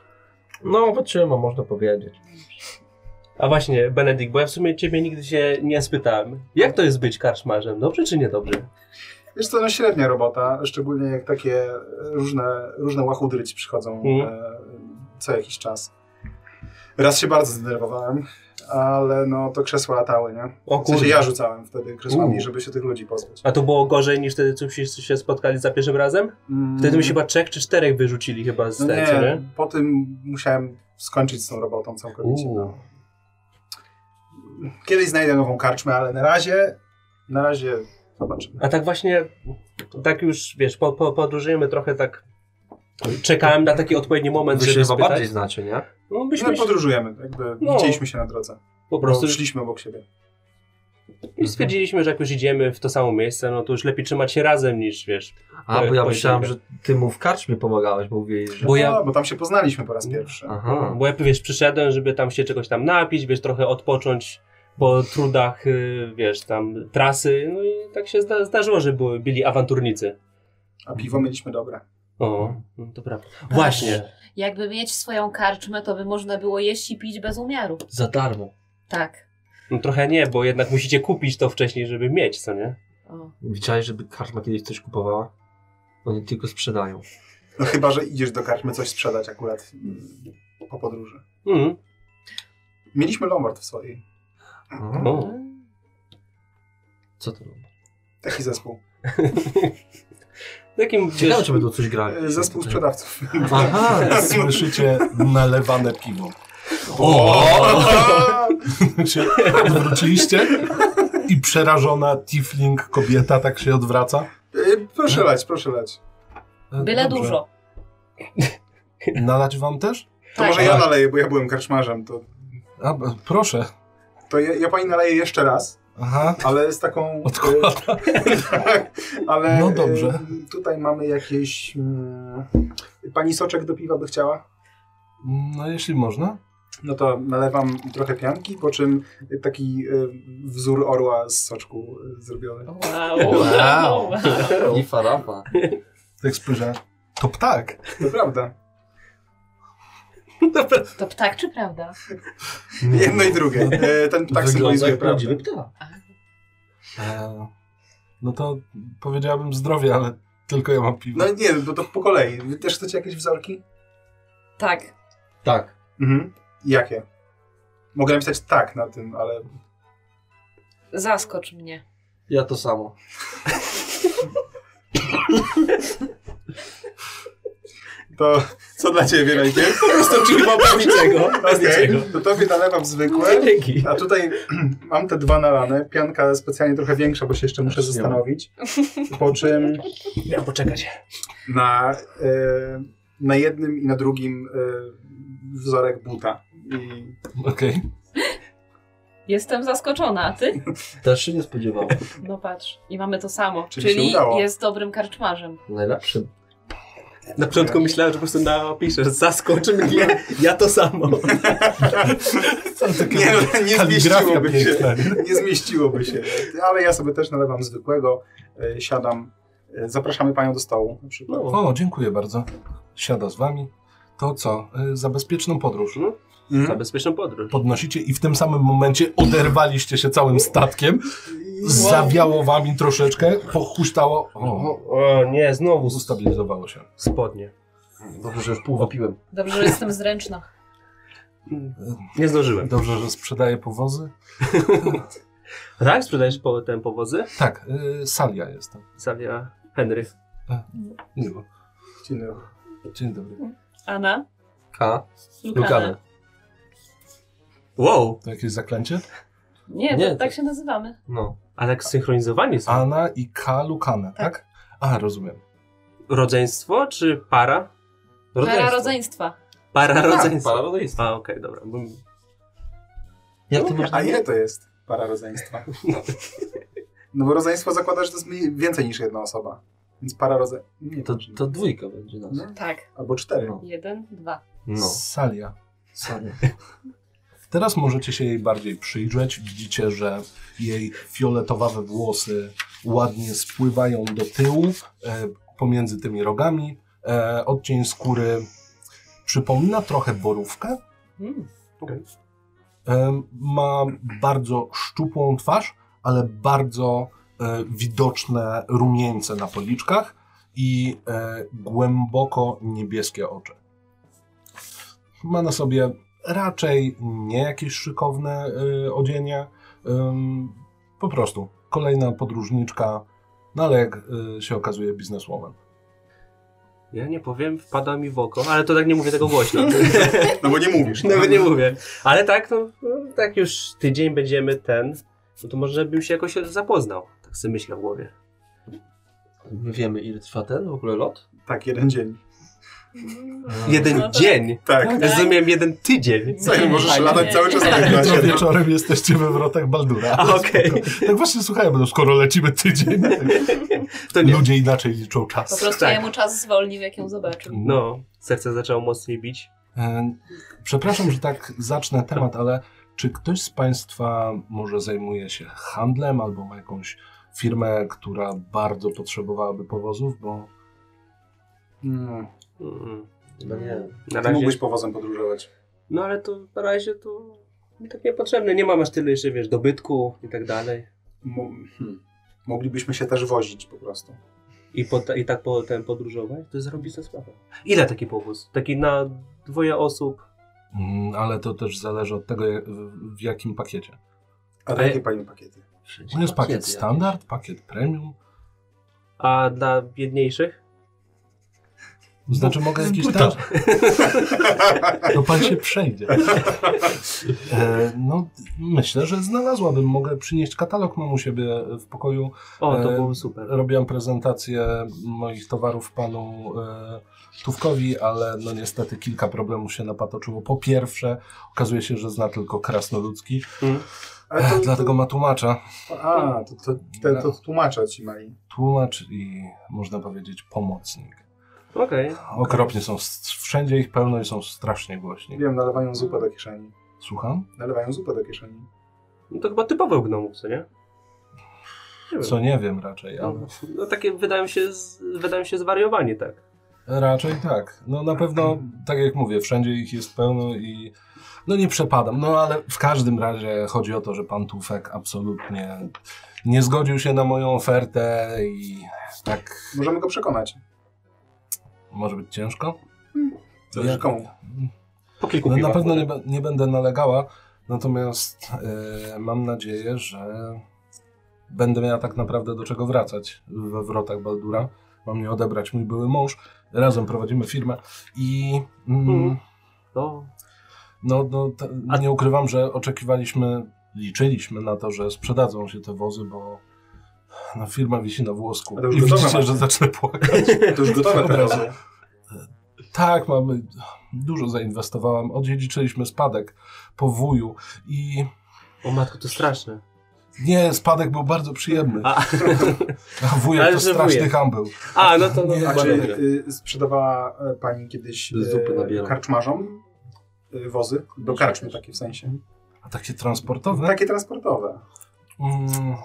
B: No, wytrzymam, można powiedzieć.
D: A właśnie, Benedykt, bo ja w sumie ciebie nigdy się nie spytałem. Jak to jest być karczmarzem? Dobrze czy niedobrze?
E: Wiesz co, no średnia robota, szczególnie jak takie różne, różne łachudry ci przychodzą
D: Mhm.
E: e, co jakiś czas. Raz się bardzo zdenerwowałem, ale no to krzesła latały, nie?
D: O
E: W sensie
D: kurde.
E: ja rzucałem wtedy krzesłami,
D: U.
E: żeby się tych ludzi pozbyć.
D: A to było gorzej niż wtedy, co się, się spotkali za pierwszym razem?
E: Mm.
D: Wtedy my się chyba trzech czy czterech wyrzucili chyba z
E: No
D: tego, co nie?
E: nie, po tym musiałem skończyć z tą robotą całkowicie.
D: Uuu.
E: No. Kiedyś znajdę nową karczmę, ale na razie, na razie zobaczymy.
D: A tak właśnie, tak już, wiesz, po, po, podróżujemy trochę tak... Czekałem na taki odpowiedni moment,
B: Wy się
D: żeby
B: chyba
D: spytać.
B: bardziej znacie, nie?
D: No
E: No,
D: byśmy się
E: podróżujemy, jakby
D: No.
E: widzieliśmy się na drodze.
D: po
E: Po prostu
D: prostu...
E: No, szliśmy obok siebie.
D: I stwierdziliśmy, że jak już idziemy w to samo miejsce, no to już lepiej trzymać się razem niż, wiesz...
B: A, bo ja
D: Posiłek.
B: myślałem, że ty mu w karczmie pomagałeś, bo mówiłeś, że...
D: Bo ja- Mm.
E: No, bo tam się poznaliśmy po raz pierwszy.
B: Aha.
D: Bo ja, wiesz, przyszedłem, żeby tam się czegoś tam napić, wiesz, trochę odpocząć po trudach, y, wiesz, tam trasy, no i tak się zda zdarzyło, że były, byli awanturnicy.
E: A piwo mieliśmy dobre.
D: O, no to prawda. Właśnie,
C: Jakby mieć swoją karczmę, to by można było jeść i pić bez umiaru.
B: Za darmo.
C: Tak.
D: no trochę nie, bo jednak musicie kupić to wcześniej, żeby mieć, co nie?
C: O.
B: Widziałeś, żeby karczma kiedyś coś kupowała? Oni tylko sprzedają.
E: No chyba, że idziesz do karczmy coś sprzedać akurat mm, po podróży.
D: Mm.
E: Mieliśmy Lombard w swojej.
B: Aha.
D: O.
B: Co to było?
E: Taki zespół.
D: Takim,
B: Ciekawe,
D: wiesz,
B: czy będą coś
A: Tak,
B: grali.
E: E,
A: (laughs)
E: Zespół sprzedawców.
B: Aha!
E: Tak.
A: Słyszycie nalewane piwo.
E: O!
A: się odwróciliście i przerażona tifling kobieta tak się odwraca.
E: E, Proszę lać, proszę lać.
A: E,
C: Byle
A: dobrze.
C: dużo.
A: Nalać wam też?
E: To
C: Tak.
E: może ja naleję, bo ja byłem karczmarzem. To,
A: A, b- proszę.
E: to ja, ja pani naleję jeszcze raz,
A: Aha.
E: ale z taką... e,
A: Odkłada.
E: (laughs) tak, ale
A: No dobrze.
E: e, tutaj mamy jakieś... mm, Pani soczek do piwa by chciała?
A: No jeśli można.
E: No to nalewam trochę pianki, po czym taki y, wzór orła z soczku y, zrobiony.
C: Wow.
B: (laughs) Wow. I farafa.
A: Tak spojrzę. To ptak.
E: To prawda.
C: To ptak czy prawda?
B: no
E: Jedno i drugie. E, Ten
B: tak
E: ptak symbolizuje prawdę.
B: ptak.
A: E, no to powiedziałabym zdrowie, ale tylko ja mam piwo.
E: No nie, bo to po kolei. Wy też chcecie jakieś wzorki?
C: Tak.
B: Tak.
E: Mhm. Jakie? Mogę napisać tak na tym, ale
C: Zaskocz mnie.
B: Ja to samo.
E: to co dla ciebie najpierw? (laughs)
D: Wystarczy chyba bez (laughs) niczego, bez
E: Okej,
D: niczego.
E: to tobie nalewam zwykłe.
D: Dzięki.
E: A tutaj (clears throat) mam te dwa nalane. Pianka specjalnie trochę większa, bo się jeszcze muszę
B: Też nie mam.
E: zastanowić. Po czym
D: Miałem poczekać.
E: na, e, na jednym i na drugim e, wzorek buta. I
A: Okej.
C: Jestem zaskoczona, a ty?
B: Też się nie spodziewałem.
C: No patrz. I mamy to samo.
E: Czyli się udało.
C: jest dobrym karczmarzem.
B: Najlepszy.
D: Na początku myślałem, że po prostu napiszesz, zaskoczy mnie, ja to samo.
A: Co takie
E: Nie, no, nie
A: kaligrafia
E: zmieściłoby się.
A: piękna.
E: Nie zmieściłoby się. Ale ja sobie też nalewam zwykłego, e, siadam. E, Zapraszamy panią do stołu na przykład.
D: No.
A: O, dziękuję bardzo. Siada z wami. To co? y, Za bezpieczną podróż.
D: Za
E: Mhm.
D: bezpieczną podróż.
A: Podnosicie i w tym samym momencie oderwaliście się całym statkiem. Zawiało wami troszeczkę, pochuśtało. O,
D: O nie, znowu
A: ustabilizowało się.
D: spodnie.
B: Dobrze, że już pół wypiłem.
C: Dobrze, że jestem zręczna.
D: Nie zdążyłem.
A: Dobrze, że sprzedaje powozy.
D: Tak? Sprzedajesz po, ten powozy?
A: Tak, y, Salia jestem.
D: Zawia Henry.
A: Miło.
E: Dzień dobry.
A: Dzień dobry.
C: Anna?
B: K.
C: Lukana.
B: Lukane.
D: Wow!
A: To jakieś zaklęcie?
C: Nie,
B: Nie,
C: to, tak
B: tak.
C: się nazywamy.
B: No.
D: Ale tak synchronizowani są.
A: Ana i K. Lukane, tak? A, rozumiem.
D: Rodzeństwo czy para?
C: Para rodzeństwa.
D: Para
E: Tak,
D: rodzeństwa.
B: Para Tak. rodzeństwa.
D: A, okej, dobra. Bo-
B: No, Jak ty masz
E: A ile to jest para rodzeństwa?
D: (laughs)
E: No bo rodzeństwo zakłada, że to jest mniej- więcej niż jedna osoba. Więc para rodzeństwa. Nie,
B: To,
E: to,
B: to dwójka będzie nas.
E: No.
C: Tak.
E: Albo cztery.
B: No.
C: Jeden, dwa.
B: No.
A: Salia. (laughs)
B: Sanie.
A: Teraz możecie się jej bardziej przyjrzeć. Widzicie, że jej fioletowawe włosy ładnie spływają do tyłu e, pomiędzy tymi rogami. E, odcień skóry przypomina trochę borówkę.
D: Mm, okej.
A: E, ma bardzo szczupłą twarz, ale bardzo e, widoczne rumieńce na policzkach i e, głęboko niebieskie oczy. Ma na sobie raczej nie jakieś szykowne y, odzienie. Ym, po prostu kolejna podróżniczka, no ale jak y, się okazuje, bizneswoman.
D: Ja nie powiem, wpada mi w oko, ale to tak nie mówię tego
E: (laughs)
D: głośno.
E: No bo nie mówisz.
D: Nawet nie mówię. Ale tak, no, no, tak już tydzień będziemy ten, no to może bym się jakoś zapoznał. Tak sobie myślę w głowie.
B: My wiemy, ile trwa ten w ogóle lot?
E: Tak, jeden dzień.
D: Jeden
C: No to-
D: dzień!
E: Tak.
C: No tak.
D: Rozumiem, jeden tydzień.
E: Co,
C: Nie,
E: możesz
C: nie,
E: latać
C: nie.
E: cały czas
C: Tak,
E: na
A: Jutro
E: klasie.
D: No.
A: wieczorem jesteście we wrotach Baldura.
D: A, okej.
A: Spoko. (laughs) Tak właśnie słuchałem, no skoro lecimy
D: (laughs)
A: tydzień,
D: To No nie.
A: ludzie inaczej liczą
C: Po
A: czas.
C: prostu
D: Tak.
C: jemu czas zwolnił, jak ją zobaczył.
D: No, serce zaczęło mocniej bić.
A: E, Przepraszam, że tak zacznę temat, ale czy ktoś z Państwa może zajmuje się handlem albo ma jakąś firmę, która bardzo potrzebowałaby powozów, bo
E: Mm,
D: Mm.
B: No nie.
D: Na
E: Ty
D: razie.
E: mógłbyś powozem podróżować.
D: No ale to na razie to mi tak niepotrzebne. Nie mam aż tyle jeszcze, wiesz, dobytku i tak dalej.
E: Mo- hmm. Moglibyśmy się też wozić po prostu.
D: I, po, i tak potem podróżować, to zrobi sobie sprawę. Ile taki powóz? Taki na dwoje osób.
A: Mm, ale to też zależy od tego, jak- w- w jakim pakiecie.
E: A
D: A
E: jakie
D: ja-
E: pani pakiety?
A: No jest pakiet standard, pakiet premium.
D: A dla biedniejszych?
A: Znaczy mogę jakiś tam... To pan się przejdzie. E, no myślę, że znalazłabym. Mogę przynieść katalog, mam u siebie w pokoju.
D: O, to
A: E,
D: byłoby super.
A: Robiłem prezentację moich towarów panu e, Tówkowi, ale no niestety kilka problemów się napatoczyło. Po pierwsze, okazuje się, że zna tylko krasnoludzki,
E: Ale to- to-
D: no
A: dlatego ma tłumacza.
E: A, to, to, te, to tłumaczę ci, Mali.
A: Tłumacz i można powiedzieć pomocnik.
D: Okej.
A: Okropnie są, s- wszędzie ich pełno i są strasznie głośni.
E: Wiem, nalewają zupę do kieszeni.
A: Słucham?
E: Nalewają zupę do kieszeni.
D: No to chyba typowe gnomów, co nie? Nie wiem.
A: Co nie wiem raczej, ale...
D: No, no takie wydają się, z, wydają się zwariowani, tak.
A: Raczej tak. No na pewno, tak jak mówię, wszędzie ich jest pełno i no nie przepadam. No ale w każdym razie chodzi o to, że pan Tufek absolutnie nie zgodził się na moją ofertę i tak
E: Możemy go przekonać.
A: może być ciężko.
E: Zależy
A: Ja-
E: komu.
D: Po kilku
A: No, na
D: piwach
A: pewno
D: może.
A: nie, be- nie będę nalegała, natomiast e, mam nadzieję, że będę miała tak naprawdę do czego wracać we wrotach Baldura. Ma mnie odebrać mój były mąż. Razem prowadzimy firmę i... Mm,
D: Mhm. To
A: No, no t-
D: A-
A: nie ukrywam, że oczekiwaliśmy, liczyliśmy na to, że sprzedadzą się te wozy, bo no, firma wisi na włosku.
E: A to już
A: I
E: gotowe
A: widzicie,
E: macie.
A: że zacznę płakać.
E: To już gotowe
A: Dobra.
E: (laughs) teraz.
A: tak, mamy, dużo zainwestowałam, odziedziczyliśmy spadek po wuju i
D: O matko, to straszne.
A: nie, spadek był bardzo przyjemny,
D: A,
A: a wujek
D: ale
A: to
D: że
A: straszny
D: wujek.
A: ham był.
D: (laughs) a no to no,
A: Nie,
E: A
D: chyba
E: czy
D: dobra.
E: y, sprzedawała e, pani kiedyś e,
B: Zupy na bielo.
E: karczmarzom y, wozy? Do karczmy takie w sensie.
A: A takie transportowe?
E: Takie transportowe.
A: Mm,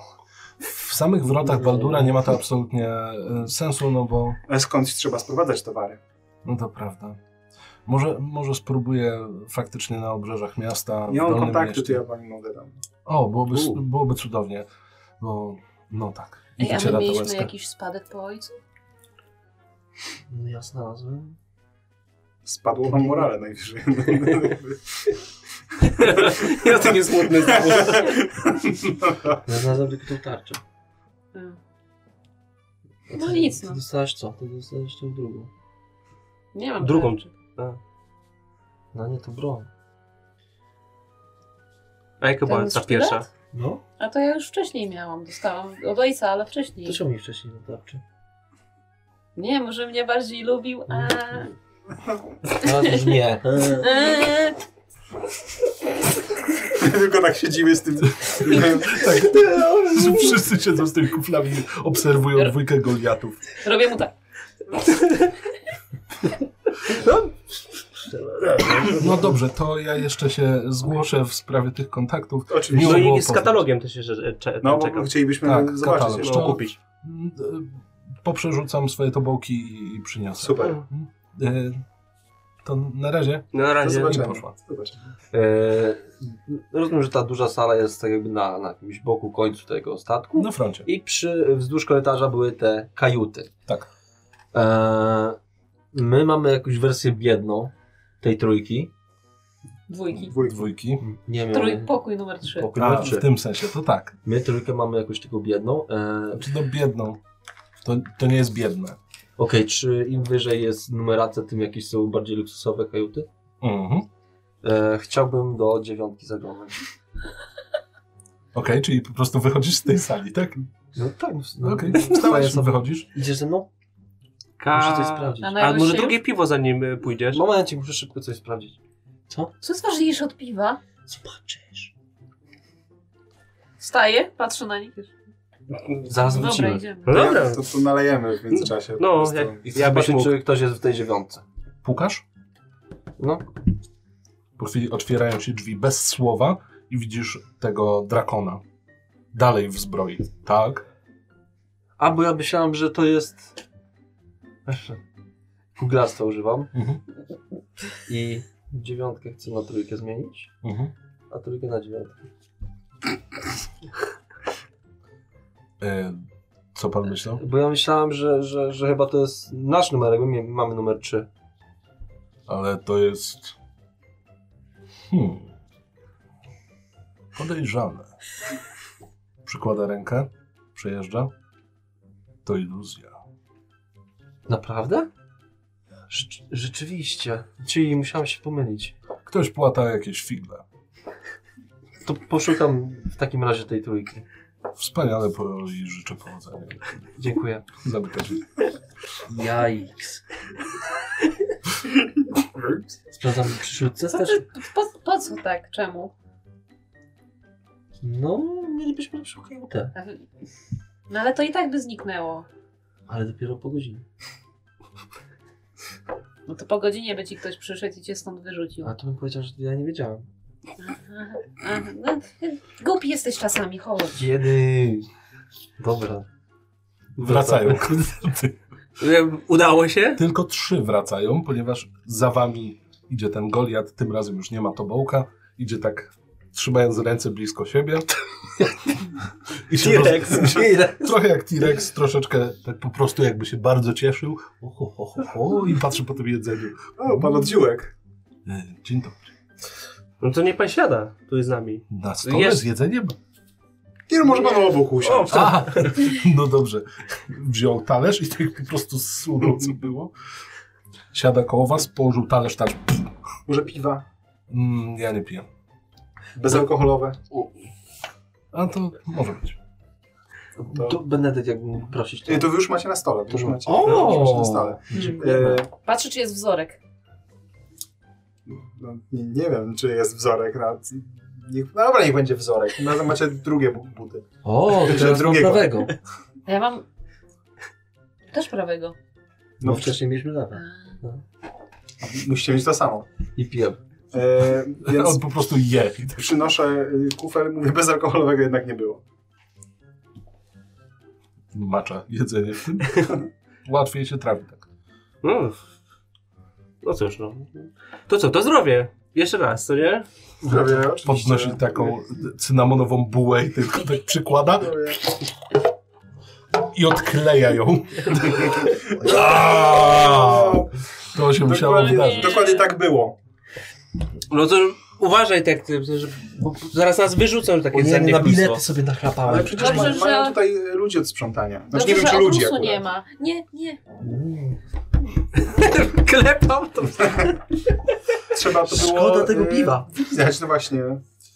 A: w samych wrotach Baldura nie ma to absolutnie e, sensu, no bo
E: Ale skądś E, trzeba sprowadzać towary.
A: No to prawda. Może, może spróbuję faktycznie na obrzeżach miasta. w
E: Nie mam
A: Dolnym
E: kontaktu, to
A: mieście.
E: ja pani mogę dam.
A: O, byłoby, s-
D: U.
A: byłoby cudownie. Bo no tak. I
C: Ej, a
A: wyciera
C: my
A: to
C: mieliśmy
A: łezkę.
C: jakiś spadek po ojcu?
B: No ja znalazłem.
E: Spadło wam morale najwyżej.
D: (laughs) Ja taki smutny znowu.
B: Ja znalazłem tylko tą tarczę.
C: Mm.
B: A
C: No
B: ty-
C: nic, no.
B: Ty dostałaś co? Ty dostałaś tą drugą.
C: Nie mam
D: Drugą.
C: pojęcia.
D: A,
B: No nie, to broń.
D: a jaka była
C: Ten
D: ta
C: sztylet?
D: pierwsza?
B: No?
C: A to ja już wcześniej miałam. Dostałam od ojca, ale wcześniej.
B: To czemu mi wcześniej na tarczy?
E: Mhm.
C: Nie, może mnie bardziej lubił, a
B: Teraz No, już (laughs) nie.
C: Eee,
E: Tylko tak siedzimy z tym.
A: Tak, że (laughs) wszyscy siedzą z tymi kuflami i obserwują dwójkę goliatów.
C: Robię mu tak.
A: No dobrze, to ja jeszcze się zgłoszę w sprawie tych kontaktów.
E: Oczywiście.
A: Miło
D: No
A: było
D: i z
A: poznać.
D: katalogiem też jeszcze e, cze-
E: No, bo
D: czekam.
E: chcielibyśmy
A: Tak,
E: zobaczyć
A: katalog.
E: jeszcze.
A: No.
D: No, kupić.
A: Mm, e, Poprzerzucam swoje tobołki i- i przyniosę.
E: Super.
A: E, To na razie
D: No, na
E: To
D: razie.
A: nie
E: zobaczymy.
A: poszła.
E: zobaczymy.
B: E, rozumiem, że ta duża sala jest tak jakby na, na jakimś boku końcu tego statku.
A: Na froncie.
B: I przy, wzdłuż korytarza były te kajuty.
A: Tak.
B: E, my mamy jakąś wersję biedną tej trójki.
C: Dwójki.
E: Dwójki.
A: Dwójki.
B: Nie wiem.
C: Trój, pokój numer trzy.
B: Pokój
A: A,
B: numer trzy.
A: w tym sensie, to tak.
B: My trójkę mamy jakąś taką biedną. E, Okej,
A: Znaczy, no biedną. To, to nie jest biedne.
B: czy im wyżej jest numeracja, tym jakieś są bardziej luksusowe kajuty?
A: Mhm.
B: E, chciałbym do dziewiątki zaglądać.
A: Okej, czyli po prostu wychodzisz z tej sali, tak?
B: No tak, no,
A: No, Okej,
B: Twoje
A: wstałeś,
B: sobie-
A: wychodzisz.
B: Idziesz ze mną?
D: Ka- No,
B: Muszę coś sprawdzić.
C: A
D: A
C: najwyższy
D: może
C: już?
D: drugie piwo zanim y, pójdziesz?
B: Momencik, muszę szybko coś sprawdzić. Co?
C: Co jest ważniejsze od piwa?
B: Zobaczysz.
C: Wstaję, patrzę na nich.
B: Zaraz
C: Dobra,
B: wrócimy.
C: idziemy.
D: No dobra.
E: To, to nalejemy w międzyczasie.
D: No,
E: po prostu.
D: jak-
B: I chcę
D: Ja byś
B: zobaczyć,
D: mógł.
B: czy ktoś jest w tej dziewiątce.
A: Pukasz?
B: No.
A: Po chwili otwierają się drzwi bez słowa i widzisz tego drakona. Dalej w zbroi. Tak?
B: A, bo ja myślałem, że to jest... Googlastwa używam.
A: Mhm.
B: I dziewiątkę chcę na trójkę zmienić,
A: Mhm.
B: a trójkę na dziewiątkę.
A: E, co pan myślał?
B: Bo ja myślałem, że, że, że chyba to jest nasz numer, jakby mie- mamy numer 3.
A: Ale to jest... Hmm. Podejrzane. Przykłada rękę, przejeżdża. To iluzja.
B: Naprawdę? Rzecz, rzeczywiście. Czyli musiałem się pomylić.
A: Ktoś płata jakieś figle.
B: To poszukam w takim razie tej trójki.
A: Wspaniale po i życzę powodzenia.
B: Dziękuję.
A: Zamyka drzwi.
B: Jajks. Sprawdzam w przyszłce
C: Co
B: też.
C: ty, po, po co tak? Czemu?
B: No, mielibyśmy lepszą kajutę.
C: No ale to i tak by zniknęło.
B: Ale dopiero po godzinie.
C: No to po godzinie by ci ktoś przyszedł i cię stąd wyrzucił.
B: A to bym powiedział, że ja nie wiedziałem.
C: Aha, aha, no, głupi jesteś czasami, chodź.
B: Kiedy? Dobra.
A: Wracają.
D: Y, Udało się?
A: (laughs) Tylko trzy wracają, ponieważ za wami idzie ten Goliat, tym razem już nie ma tobołka. Idzie tak trzymając ręce blisko siebie. I się roz...
B: T-Rex.
A: Trochę jak T-Rex, troszeczkę tak po prostu jakby się bardzo cieszył. O, ho, ho, ho, ho, I patrzy po tym jedzeniu.
E: O, pan oddziółek.
A: E, Dzień dobry.
D: No to niech pan siada, tu jest z nami.
A: Na stole
D: Jest.
A: z jedzeniem?
E: Nie, no, może pan obok
D: O,
E: usiąść.
A: A, no dobrze. Wziął talerz i tak po prostu zsunął, co było. Siada koło was, położył talerz tak.
E: Może piwa
A: Mm, ja nie piję.
E: bezalkoholowe.
A: A to może być.
E: To-
B: (laughs) To Benedykt, jakbym mógł prosić.
E: E, To wy już macie na stole. Wy już macie, wy już macie na stole. E,
C: Patrzę, czy jest wzorek.
E: no, nie, nie wiem, czy jest wzorek. Na, niech, no dobra, niech będzie wzorek. No, to macie drugie bu- buty.
B: O, to
E: Że
B: teraz mam
E: drugiego.
B: prawego.
C: A Ja mam też prawego.
B: No wcześniej mieliśmy lewe.
E: Musicie mieć to samo.
B: I pijem.
E: E,
A: On
E: więc
A: po prostu je. I tak,
E: przynoszę y, kufel, mówię, bezalkoholowego jednak nie było.
A: Macza jedzenie w tym. Łatwiej się trafi tak.
D: No, no cóż, no. To co, to zdrowie. Jeszcze raz, co nie?
E: Zdrowie, oczywiście.
A: Podnosi taką cynamonową bułę i tylko tak przykłada
E: Zdrowie.
A: i odkleja ją. Aaa! To się musiało
E: Dokładnie,
A: wydarzyć.
E: dokładnie tak było.
D: No to uważaj tak, ty, że, bo zaraz nas wyrzucą takie
B: na bilety (laughs)
D: zaniekuństwo.
B: sobie
E: Ale
B: nachlapałem.
E: przecież
C: Dobrze,
E: ma,
C: że-
E: mają tutaj ludzie od sprzątania. Znaczy,
C: Dobrze,
E: nie wiem, czy
C: że
E: ludzie.
C: okrusu nie
E: akurat.
C: ma. Nie, nie.
D: Klepam to.
E: Trzeba to było...
B: Szkoda tego
E: y,
B: piwa.
E: Widać, no właśnie.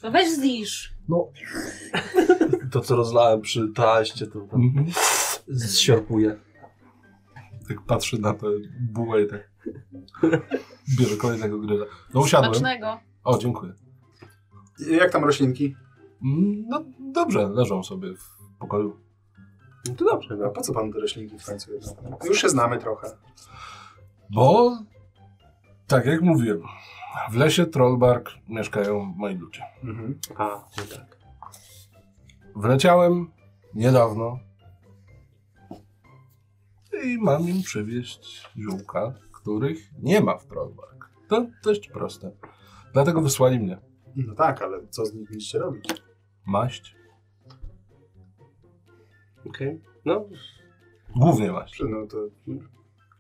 C: No weź znisz.
B: To, co rozlałem przy taście, to tam
A: Mhm.
B: zsiorpuje.
A: Tak patrzy na tę bułę i tak. Bierze kolejnego gryza. No usiadłem.
C: Smacznego.
A: O, dziękuję.
E: Jak tam roślinki?
A: Mm, No dobrze, leżą sobie w pokoju.
D: No to dobrze,
E: No,
D: no.
E: po co panu te roślinki w końcu? jednak? Już się znamy trochę.
A: Bo, tak jak mówiłem, w lesie Trollbark mieszkają moi ludzie.
E: Mhm.
D: A, no tak.
A: Wleciałem niedawno i mam im przywieźć ziółka, których nie ma w Trollbark. To dość proste. Dlatego wysłali mnie
E: No tak, ale co z nimi będziecie robić?
A: maść,
D: Okej. No,
A: głównie maść.
E: No to...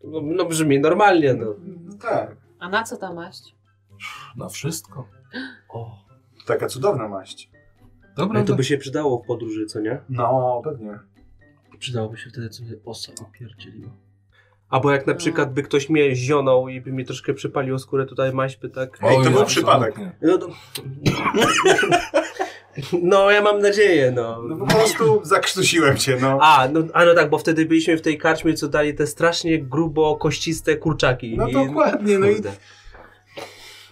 D: no, no brzmi normalnie, no.
E: No tak,
C: A na co ta maść?
A: Na wszystko.
D: O,
E: taka cudowna maść.
A: Dobra, tak.
D: ale to by się przydało w podróży, co nie?
E: No, pewnie.
B: Przydałoby się wtedy, co mnie osa opierdzieliła.
D: Albo jak na
C: No.
D: przykład by ktoś mnie zionął i by mi troszkę przypaliło skórę tutaj maśby, tak?
E: Ej, to
A: Oj,
E: był
A: absolutnie.
E: przypadek.
D: No, to... no ja mam nadzieję, no.
E: No po prostu
B: (laughs)
E: zakrztusiłem cię, no.
D: A no, a, no tak, bo wtedy byliśmy w tej karczmie, co dali te strasznie grubo kościste kurczaki.
E: No
D: I-
E: dokładnie, no i...
D: Kurde.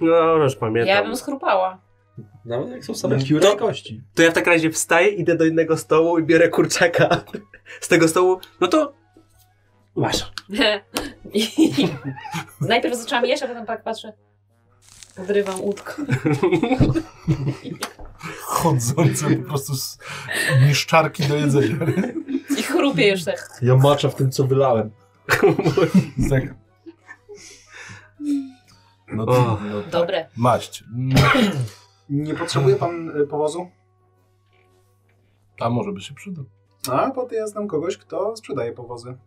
D: No, już pamiętam.
C: Ja bym schrupała. (laughs)
B: Nawet jak są same
D: To-
B: pióra i kości.
D: To ja w takim razie wstaję, idę do innego stołu i biorę kurczaka z tego stołu. No to
E: (laughs)
D: masz.
C: I- Najpierw zaczęłam jeść, a potem tak patrzę. Odrywam łódkę.
A: Chodzące po prostu z niszczarki do jedzenia.
C: I chrupię już tak.
B: Ja maczę w tym, co wylałem.
A: Tak. No to,
D: O.
A: no tak.
C: Dobre.
A: Maść. Mm,
E: Nie potrzebuje pan y, powozu?
A: A może by się przydał.
E: A, bo to ja znam kogoś, kto sprzedaje powozy.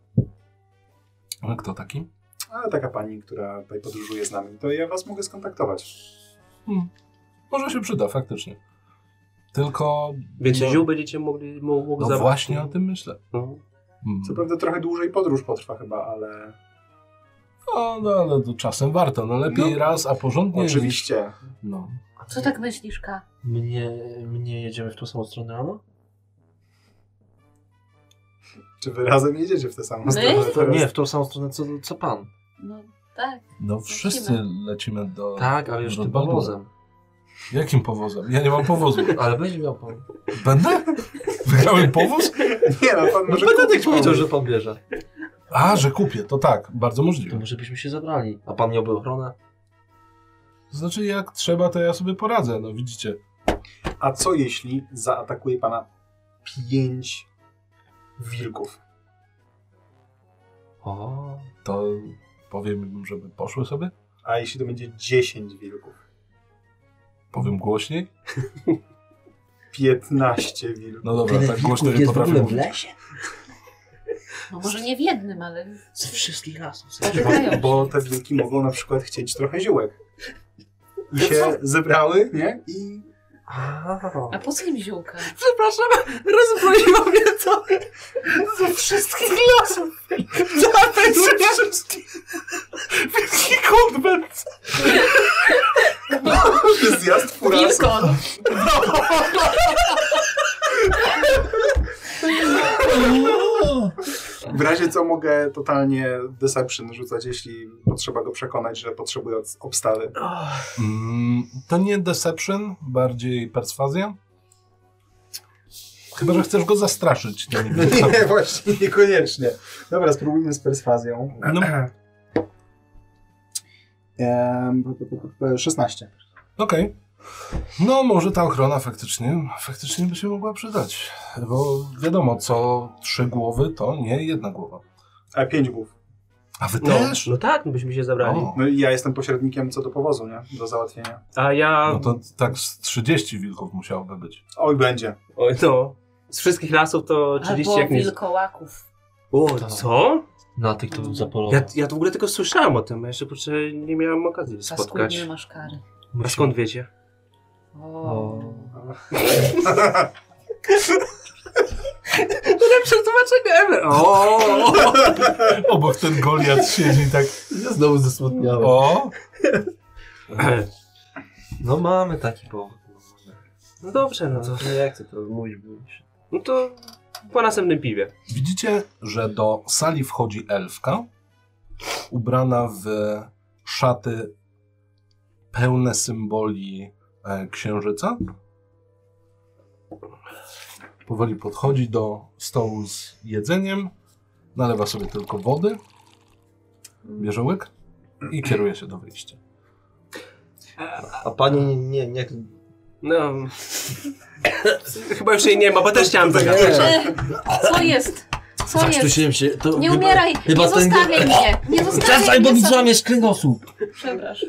A: A No, kto taki?
E: Ale taka pani, która tutaj podróżuje z nami, to ja was mogę skontaktować.
A: Może się przyda, faktycznie. Tylko.
D: Więcej
A: no,
D: ziół będziecie mogli mógł mógł
A: No
D: zabrać.
A: właśnie o tym myślę.
D: No.
A: Mm.
E: Co prawda trochę dłużej podróż potrwa chyba, ale...
A: No, no ale to czasem warto. No lepiej
E: No.
A: raz, a porządnie. niż-
E: Oczywiście.
A: No.
C: Co tak myślisz, Ka?
B: Mnie, mnie jedziemy w tą samą stronę rano?
E: Czy wy razem jedziecie w tę samą
C: My?
E: stronę? teraz?
B: Nie, w tą samą stronę, co, co pan.
C: No tak.
A: No wszyscy lecimy do.
B: Tak, ale już
A: do
B: tym
A: Baldura.
B: powozem.
A: Jakim powozem? Ja nie mam powozu.
B: Ale będzie miał pan.
A: Będę? Wygrałem powóz?
E: (laughs) Nie, no pan może kupić
B: powiedział,
E: powóz.
B: że pan bierze.
A: A, że kupię, to tak, bardzo
B: To
A: możliwe.
B: może byśmy się zabrali. A pan miałby ochronę?
A: To znaczy, jak trzeba, to ja sobie poradzę. No widzicie.
E: A co jeśli zaatakuje pana pięć wilków?
B: O.
A: to powiem im, żeby poszły sobie?
E: A jeśli to będzie dziesięć wilków?
A: Powiem głośniej?
E: Piętnaście wilków.
A: No dobra, tak głośno nie
B: jest w
A: potrafię
B: ogóle w
A: mówić.
B: lesie?
C: No może nie w jednym, ale
B: Ze wszystkich lasów.
C: Poczekają.
E: Bo te wilki mogą na przykład chcieć trochę ziółek. I się zebrały, nie? I (laughs)
C: A po co im ziółka?
D: Przepraszam, (laughs) rozbroiło mnie to. Ze wszystkich losów. Zatem ze wszystkich. Wielki konwent.
E: zjazd furasu.
C: Wilkon!
E: W razie co mogę totalnie deception rzucać, jeśli potrzeba go przekonać, że potrzebuje obs- obstawy.
A: Mm, to nie deception, bardziej perswazja? Chyba, że chcesz go zastraszyć. to nie wiem.
E: No
B: (laughs)
E: nie, (laughs) właśnie niekoniecznie. Dobra, spróbujmy z perswazją.
A: No,
E: Em, p- p- p- p- 16.
A: Okej. No, może ta ochrona faktycznie, faktycznie by się mogła przydać. Bo wiadomo, co trzy głowy, to nie jedna głowa.
E: A 5 głów.
A: A wy
D: No,
A: też?
D: no tak, byśmy się zabrali.
A: O,
E: No i ja jestem pośrednikiem co do powozu, nie? Do załatwienia.
D: A ja...
A: no to tak z 30 wilków musiałoby być.
E: Oj, będzie.
D: Oj, no. Z wszystkich lasów to
C: Albo
D: oczywiście jak nie...
C: wilkołaków.
D: O,
A: tak.
D: co?
B: Na tych to bym zapolował.
D: Ja, ja to w ogóle tylko słyszałem o tym, a jeszcze kurczę, nie miałem okazji spotkać.
C: Paskudnie masz kary.
D: A skąd wiecie? (laughs)
C: O.
D: No Lepsze tłumaczenie
C: (clears throat)
D: ever! O!
A: (laughs) Obok ten Goliat siedzi tak.
B: Ja znowu zasłodniałem.
A: O!
B: No mamy taki powód. no mamy.
D: No dobrze, no to...
B: No, Nie chcę to mówić, bo mi się...
D: No to po następnym piwie.
A: Widzicie, że do sali wchodzi elfka ubrana w szaty pełne symboli e, księżyca. Powoli podchodzi do stołu z jedzeniem, nalewa sobie tylko wody, bierze łyk i kieruje się do wyjścia.
B: A pani nie, nie,
D: No. Chyba już jej nie ma, bo też chciałam zagadać.
C: Czy- Co jest? Co jest?
B: Zakrzyczyłem się. To
C: Nie
B: chyba-
C: umieraj!
B: chyba
C: Nie
B: ten-
C: zostawiaj mnie! Nie
B: Przestań,
C: zostawiaj
B: bo mi
C: mnie! sam-
B: złamiesz kręgosłup.
C: Przepraszam.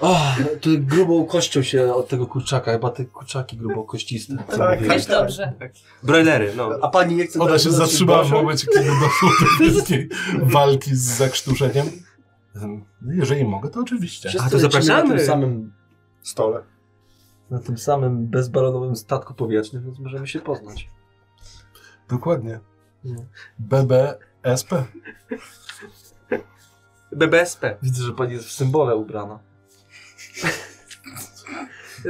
B: Oh, to grubą kością się od tego kurczaka, chyba te kurczaki grubo kościste.
E: Tak, tak,
C: Wiesz
E: tak.
C: dobrze.
D: Broilery, no.
B: A pani nie chce...
A: Ona
B: tak
A: się
B: zobaczyć
A: zatrzymała w
B: Basią?
A: momencie, kiedy doszło do wielkiej walki z zakrztuszeniem. Ym, Jeżeli mogę, to oczywiście.
B: Wszyscy
D: A, to
B: lecimy Na
D: zapraszamy.
B: tym, samym,
E: Stole.
B: na tym samym bezbalonowym statku powietrznym, więc możemy się poznać.
A: Dokładnie.
B: No.
A: BBSP.
D: BBSP.
B: Widzę, że pani jest w symbole ubrana.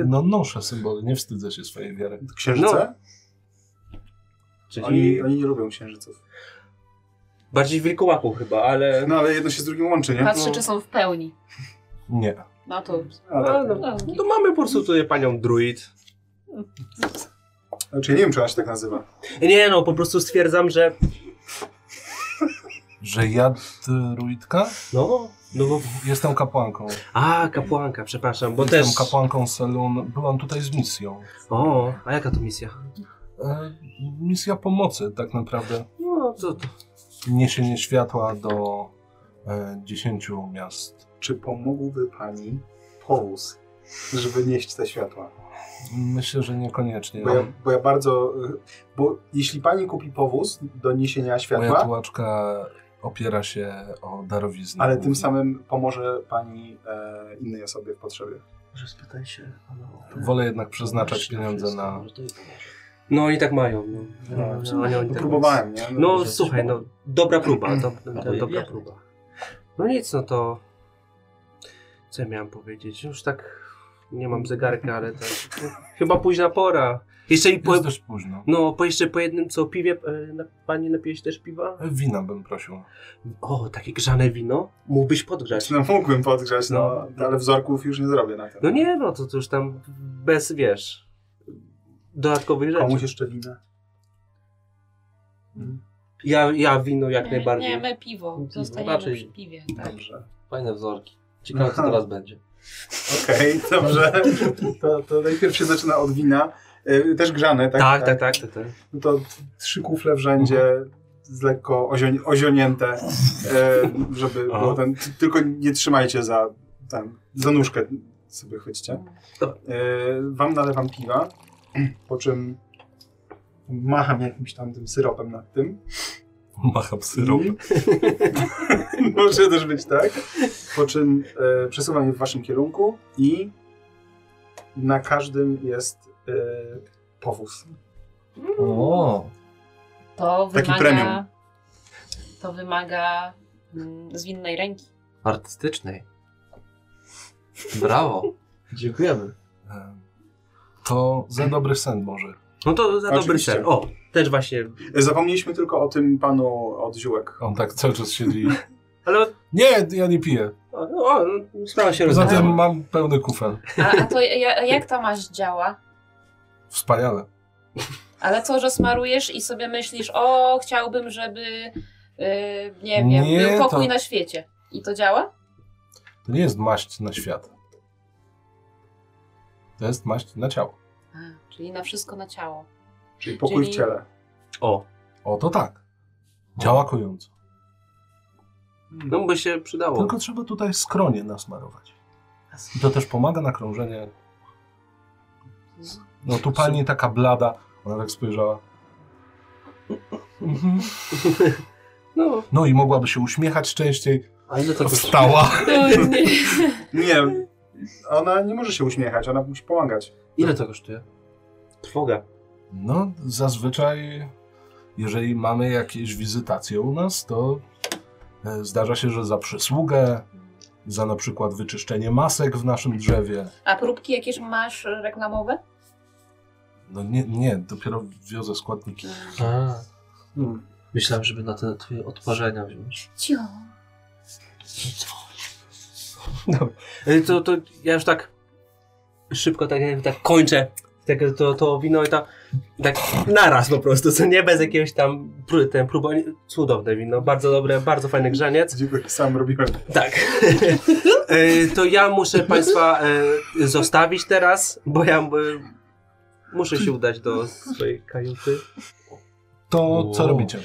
A: No noszę symbole, nie wstydzę się swojej wiary.
E: Księżyce?
B: Czyli...
E: Oni, oni nie lubią księżyców.
D: Bardziej wilkołaku chyba, ale...
E: No ale jedno się z drugim łączy, nie?
C: Patrzę, czy są w pełni.
A: Nie.
C: No to
E: A, tak.
D: No, no, to mamy po prostu tutaj panią druid.
E: Znaczy, ja nie wiem, czy ona się tak nazywa.
D: Nie no, po prostu stwierdzam, że...
A: Że ja druidka?
B: No,
A: No bo jestem kapłanką.
D: A, kapłanka, przepraszam, bo
A: jestem
D: też...
A: kapłanką Selun. Byłam tutaj z misją.
D: O, a jaka to misja?
A: E, misja pomocy tak naprawdę.
D: No, to... to.
A: Niesienie światła do e, 10 miast.
E: Czy pomógłby pani powóz, żeby nieść te światła?
A: Myślę, że niekoniecznie.
E: Bo ja, bo ja bardzo... y, Bo jeśli pani kupi powóz do niesienia
A: Moja
E: światła,
A: tułaczka opiera się o darowiznę.
E: ale tym samym pomoże pani e, innej osobie w potrzebie.
D: No
B: Może spytaj się.
A: Wolę jednak przeznaczać pieniądze na...
D: No, oni tak mają, no.
E: No,
D: no, oni-
E: No, próbowałem, nie?
D: No
B: Może
D: słuchaj,
B: coś
D: no
B: pomóc.
D: dobra próba, do, do,
B: to ja
D: dobra
B: wiem.
D: próba. No nic, no to co ja miałem powiedzieć? Już tak nie mam zegarka, ale tak. no, chyba późna pora. Jeszcze i po,
A: Jest dość późno.
D: no, po jeszcze po jednym co piwie, e, na, pani napije się też piwa?
A: Wina bym prosił.
D: O, takie grzane wino? Mógłbyś podgrzać.
E: No, mógłbym podgrzać, no,
D: No.
E: ale wzorków już nie zrobię na tym.
D: No nie, no to, to już tam bez, wiesz, dodatkowych rzeczy.
E: Komuś jeszcze winę?
D: Ja, ja wino jak
C: nie,
D: najbardziej. Tak.
C: nie, my piwo.
B: Piwo.
C: Zostaniemy
B: Raczej-
C: przy piwie.
E: Dobrze.
B: Fajne wzorki. Ciekawe, co
E: Aha.
B: teraz będzie.
E: Okej, (laughs) dobrze. To, to najpierw się zaczyna od wina. E, Też grzane, tak?
D: tak, tak, tak, tak, tak.
E: No to t- trzy kufle w rzędzie, z lekko ozioń, ozionięte, e, żeby
D: Aha.
E: było ten, t- tylko nie trzymajcie za, ten, za nóżkę sobie chwyćcie.
D: Dobra.
E: E, wam nalewam piwa, po czym macham jakimś tam tym syropem nad tym.
A: Macham syrop.
E: I- (laughs) Może też być tak. Po czym e, przesuwam je w waszym kierunku i na każdym jest e, powóz.
B: O,
C: To
E: Taki
C: wymaga...
E: premium.
C: To wymaga mm, zwinnej ręki.
B: artystycznej. Brawo. Dziękujemy.
A: E, To za dobry sen może.
D: No to za dobry
E: Oczywiście.
D: sen. O, też właśnie.
E: E, Zapomnieliśmy tylko o tym panu od ziółek.
A: On tak cały czas siedzi.
D: Ale
A: Nie, ja nie piję.
D: O, no, o, no, sprawa się rozwiązała.
A: Zatem mam pełny kufel.
C: A, a to ja, a jak ta maść działa?
A: Wspaniale.
C: Ale co, że smarujesz i sobie myślisz, o, chciałbym, żeby, y, nie wiem,
A: Nie,
C: był pokój
A: to-
C: na świecie. I to działa?
A: To nie jest maść na świat. To jest maść na ciało.
C: A, czyli na wszystko na ciało.
E: Czyli pokój
C: Czyli-
E: w ciele.
D: O,
A: O, to tak. Działa kojąco.
D: no by się przydało.
A: Tylko trzeba tutaj skronie nasmarować. I to też pomaga na krążenie. No tu pani taka blada. Ona tak spojrzała. Mhm.
D: No,
A: No i mogłaby się uśmiechać częściej.
B: A ile to kosztuje?
A: Wstała.
C: nie.
E: Nie, ona nie może się uśmiechać, ona musi pomagać.
B: Ile to kosztuje?
D: trwoga.
A: No zazwyczaj, jeżeli mamy jakieś wizytacje u nas, to e, zdarza się, że za przysługę, za na przykład wyczyszczenie masek w naszym drzewie.
C: A próbki jakieś masz reklamowe?
A: No nie, nie dopiero wiozę składniki.
B: A, myślałem, żeby na te twoje odparzenia wziąć.
C: Cio.
D: Dobra. E, To, to ja już tak szybko tak, jakby tak kończę tak, to, to wino i ta, tak naraz po prostu, co nie bez jakiegoś tam pró- ten próba, cudowne wino, bardzo dobre, bardzo fajny grzaniec.
E: Dziękuję, sam robiłem.
D: Tak. (laughs) E, to ja muszę Państwa e, zostawić teraz, bo ja e, muszę się udać do swojej kajuty.
A: To co
B: Wow.
A: robicie?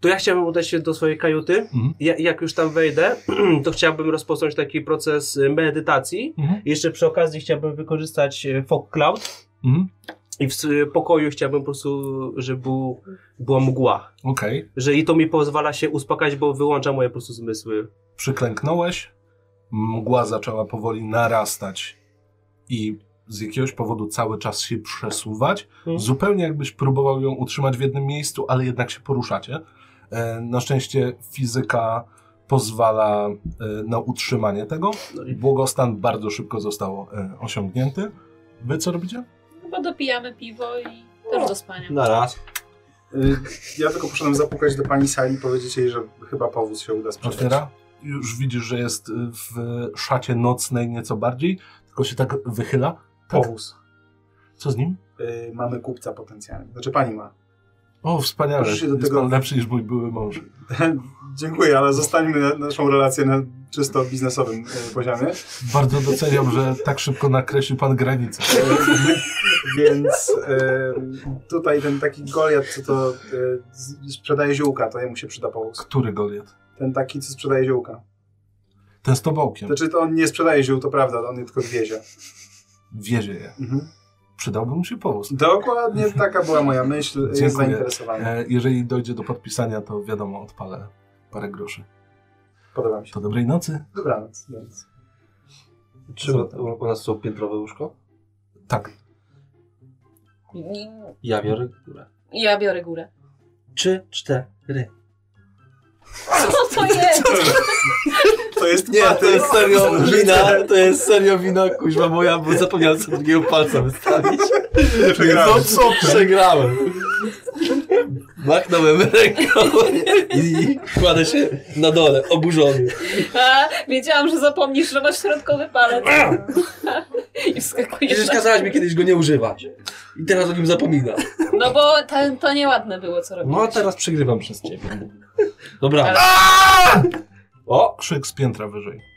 D: To ja chciałbym udać się do swojej kajuty.
A: Mhm.
D: Ja, jak już tam wejdę, (clears throat) to chciałbym rozpocząć taki proces e, medytacji.
A: Mhm.
D: Jeszcze przy okazji chciałbym wykorzystać e, fog cloud
A: Mhm.
D: i w s- y, pokoju chciałbym po prostu, żeby był, była mgła.
A: Okej,
D: Że i to mi pozwala się uspokajać, bo wyłącza moje po prostu zmysły.
A: przyklęknąłeś, mgła zaczęła powoli narastać i z jakiegoś powodu cały czas się przesuwać.
D: Mhm.
A: Zupełnie jakbyś próbował ją utrzymać w jednym miejscu, ale jednak się poruszacie. E, Na szczęście fizyka pozwala e, na utrzymanie tego.
D: No i
A: Błogostan bardzo szybko został e, osiągnięty. Wy co robicie?
C: Chyba No dopijamy piwo i też do spania.
D: No.
B: Na raz.
E: Y, Ja tylko poszedłem zapukać do pani sali i powiedzieć jej, że chyba powóz się uda sprzedać.
A: Otwiera. Już widzisz, że jest e, w szacie nocnej nieco bardziej, tylko się tak wychyla. Tak.
E: Powóz.
A: Co z nim?
E: Y, mamy kupca potencjalnie. Znaczy pani ma. (laughs)
A: O, wspaniale.
E: Proszę się do
A: jest
E: tego-
A: pan lepszy niż mój były mąż.
E: Dziękuję, ale zostańmy na naszą relację na czysto biznesowym y, poziomie.
A: Bardzo doceniam, że tak szybko nakreślił pan granicę.
E: E, (laughs) Więc e, tutaj ten taki Goliat, co to e, z- sprzedaje ziółka, to jemu się przyda powóz.
A: Który Goliat?
E: Ten taki, co sprzedaje ziółka.
A: Ten z tobołkiem.
E: Znaczy, to on nie sprzedaje ziół, to prawda, on je tylko wiezie.
A: Wiezie je.
E: Mhm.
A: Przydałby mu się powóz.
E: Dokładnie taka była moja myśl,
A: Dziękuję.
E: jest zainteresowany.
A: E, jeżeli dojdzie do podpisania, to wiadomo, odpalę parę groszy.
E: Podoba mi się.
A: To dobrej nocy.
E: Dobranoc. Dobranoc.
B: Czy u, u nas są piętrowe łóżko?
A: Tak.
C: I-
B: Ja biorę górę.
C: i Ja biorę górę.
D: Trzy, cztery.
C: Co to jest?
E: To jest
B: Nie, to jest serio
E: Życie.
B: wina, to jest serio wina, kuźwa moja, bo zapomniałem sobie drugiego palca wystawić.
E: Przegrałem.
B: No co, przegrałem. Machnąłem ręką i kładę się na dole, oburzony.
C: A, wiedziałam, że zapomnisz, że masz środkowy palec. (laughs) I wskakujesz
B: Przecież
C: na...
B: kazałaś mi kiedyś go nie używać. I teraz o nim zapominam.
C: No bo to, to nieładne było, co robiłeś.
B: No a teraz przegrywam przez ciebie. Dobra.
A: Krzyk z piętra wyżej.